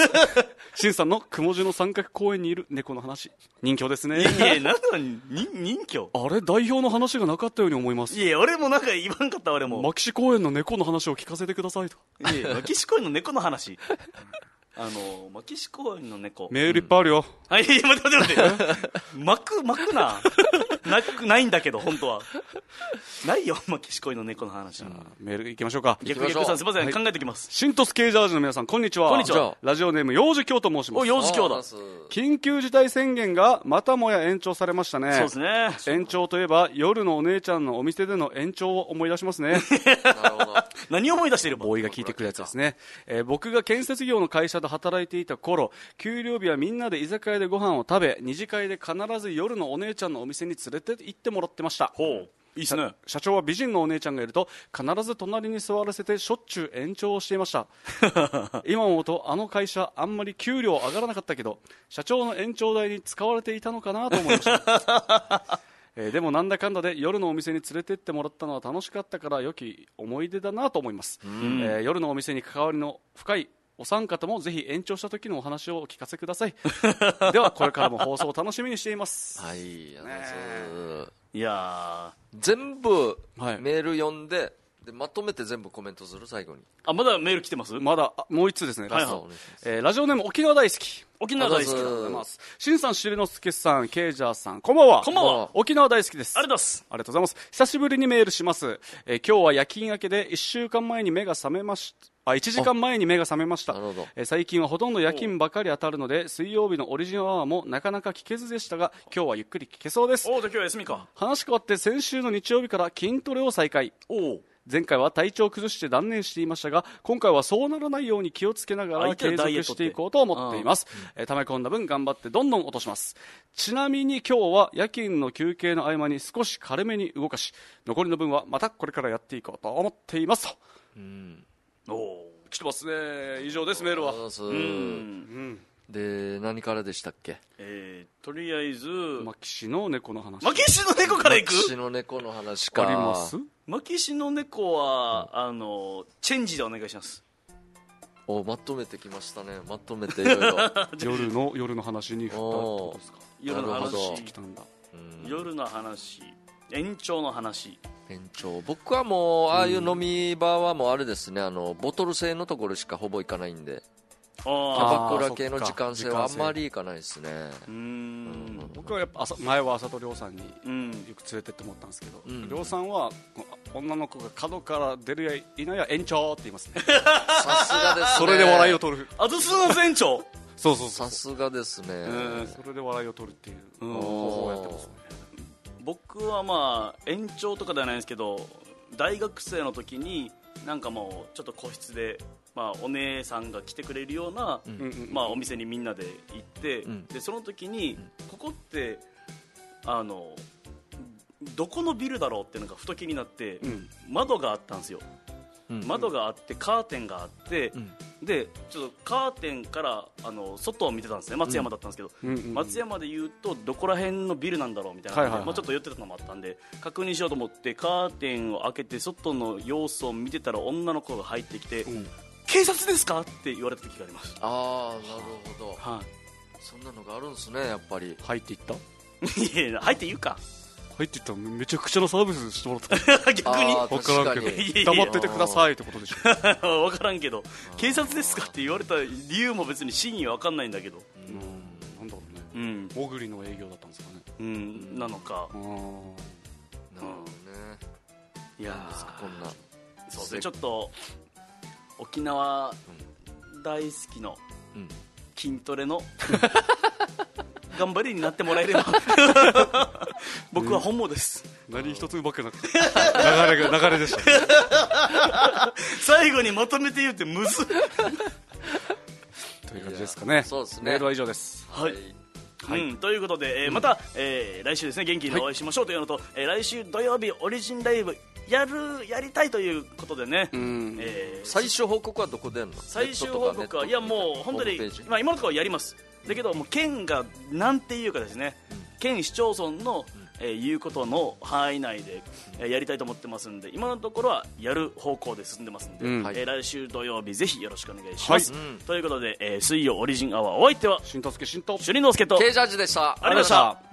C: しんさんの雲寺の三角公園にいる猫の話人形ですね
B: いやなんだ人人気
C: あれ代表の話がなかったように思います
B: いや俺もなんか言わんかった俺も
C: 牧師公園の猫の話を聞かせてくださいと
B: い やマキシコ園の猫の話あのマキシコ園の猫
C: メールいっぱいあるよ、
B: はい待って待って待って巻く巻くななくないんだけど本当はないよマキシコ園の猫の話
C: メールいきましょうか
B: 逆逆さんすいません、考えてきます
C: 新都スケージャージの皆さんこんにちは
B: こんにちは
C: ラジオネーム幼児教と申しま
B: お
C: す
B: 幼児教だ
A: ああ
B: そ
C: 緊急事態宣言がまたもや延長されましたね
B: うですね
C: 延長といえば夜のお姉ちゃんのお店での延長を思い出しますね
A: なる ほど
B: 何を思い出してる
C: ボーイが聞いてくるやつですね、えー僕が建設業の会社で働いていた頃給料日はみんなで居酒屋でご飯を食べ二次会で必ず夜のお姉ちゃんのお店に連れて行ってもらってました
B: ほういいっすね
C: 社長は美人のお姉ちゃんがいると必ず隣に座らせてしょっちゅう延長をしていました今思うとあの会社あんまり給料上がらなかったけど社長の延長代に使われていたのかなと思いましたえーでもなんだかんだで夜のお店に連れてってもらったのは楽しかったから良き思い出だなと思います、えー夜のお店に関わりの深いお三方もぜひ延長した時のお話をお聞かせくださいではこれからも放送を楽しみにしています
A: はいありがとうございます
B: いや
A: 全部
C: はい
A: メール読んで,、でまとめて全部コメントする最後に
B: ーあまだメール来てます、
C: まだあもう一通ですねラス
B: はい
C: ト、
A: お
B: はい
A: 願いします
C: えーラジオネーム沖縄大好き
B: 沖縄大好き
A: ありがとうご
C: ご
A: ざ
C: ざ
A: い
C: い
A: ま
C: ますす。しんさん、しりのすけさん、けいじゃーさん、こんばんは。
B: こんばんは
C: 沖縄大好きです。
B: ありがとうございます
C: ありがとうございます。久しぶりにメールします。えー今日は夜勤明けで1週間前に目が覚めました。あ、1時間前に目が覚めました
A: なるほど。
C: えー最近はほとんど夜勤ばかり当たるので、水曜日のオリジンアワーもなかなか聞けずでしたが、今日はゆっくり聞けそうです。
B: おおじゃあ今日は休みか
C: 話変わって先週の日曜日から筋トレを再開。
B: おお
C: 前回は体調を崩して断念していましたが今回はそうならないように気をつけなが
B: あ
C: ら
B: 言って
C: 継
B: るダイエッ
C: 続
B: トっ
C: してていこうと思っています、えー溜め込んだ分頑張ってどんどん落としますちなみに今日は夜勤の休憩の合間に少し軽めに動かし残りの分はまたこれからやっていこうと思っていますと
B: おお
C: 来てますね以上ですメール
A: あ
C: は
A: りがとうご
B: う
A: ざいます
B: ん
A: で何からでしたっけ
B: えー、とりあえず
C: マキシの猫の話
B: マキシの猫からいく
A: 私の猫の話か
C: あります
B: マキシの猫は、あのチェンジでお願いします
A: おまとめてきましたねまとめていろい ろ
C: 夜の夜の話に振ったってことですか
B: 夜の
A: なるほ
B: 話
A: ど
C: 来たんだ
B: 夜の話延長の話
A: 延長僕はもうああいう飲み場はもうあれですねあのボトル製のところしかほぼ行かないんでキ
B: あ
A: ャ
B: あ
A: バクラ系の時間制はあ
C: そ
A: ん
C: っか
A: まり行かないですね
B: うーん
C: 僕はやっぱ朝前は朝と亮さんに
B: うん
C: よく連れてってもらったんですけど、
A: ん
C: りょうさんはこう女の子が角から出るやいないや延長って言いますね
A: さすがですね
C: それで笑いを取る
B: あと数の 延長
C: そうそうそう
A: さすがですね
C: うんそれで笑いを取るっていう
B: うん
C: 方法をやってますね
B: 僕はまあ延長とかではないんですけど大学生の時になんかもうちょっと個室で、まあ、お姉さんが来てくれるような、
A: ん
C: うんうんうん
B: まあ、お店にみんなで行って、
A: ん
B: でその時に、ここってあのどこのビルだろうっていうのがふと気になって、
C: ん
B: 窓があったんですよ、
A: うん
B: 窓があってカーテンがあって、
A: ん
B: でちょっとカーテンからあの外を見てたんですね松山だったんですけど、
C: うんうんうん
B: 松山で言うとどこら辺のビルなんだろうみたいな感じで、
C: はいはいはい
B: まあ、ちょっと言ってたのもあったんで確認しようと思ってカーテンを開けて外の様子を見てたら女の子が入ってきて、
C: ん
B: 警察ですかって言われた時がありました。
A: ああなるほど
B: はい
A: そんなのがあるんですねやっぱり
C: 入っていった
B: いや入って言うか
C: 入っていったらめちゃくちゃなサービスしてもら った
B: 逆に
A: あー
C: 分からん
A: 確か
B: に
C: けど 黙っててくださいってことでしょ
B: 分からんけど警察ですかって言われた理由も別に真意は分かんないんだけど
C: うんなんだろうね
B: うん、
C: モグリの営業だったんですかね
B: うん、なのか
C: あー
A: なるほどね
B: いやー
A: こんな
B: そうですねちょっと沖縄大好きの
A: うん
B: 筋トレ の頑張りになってもらえれ ば僕は本望です、
C: 何一つうまくなくて流れが流れで したね
B: 最後にまとめて言うってむずい
C: という感じですかね
A: そうですね
C: メールは以上です
B: はいうん、ということで、えーまた、えー来週ですね元気にお会いしましょうというのと、えー来週土曜日オリジンライブやるやりたいということでね、
C: ん
B: えー
A: 最終報告はどこでやんの
B: 最終報
A: ネットと
B: 告
A: か
B: はいやもう本当
A: ホ
B: に
A: ームページ、
B: まあ、今のところやりますだけどもう県がなんていうかですね県市町村の、えー言うことの範囲内で、えーやりたいと思ってますんで今のところはやる方向で進んでますんで、
C: うん
B: えー来週土曜日ぜひよろしくお願いします、ということで、えー水曜オリジンアワーお相手は
C: 新藤助新藤
B: 朱里之介と
A: ケイジャージでした
B: ありがとうございました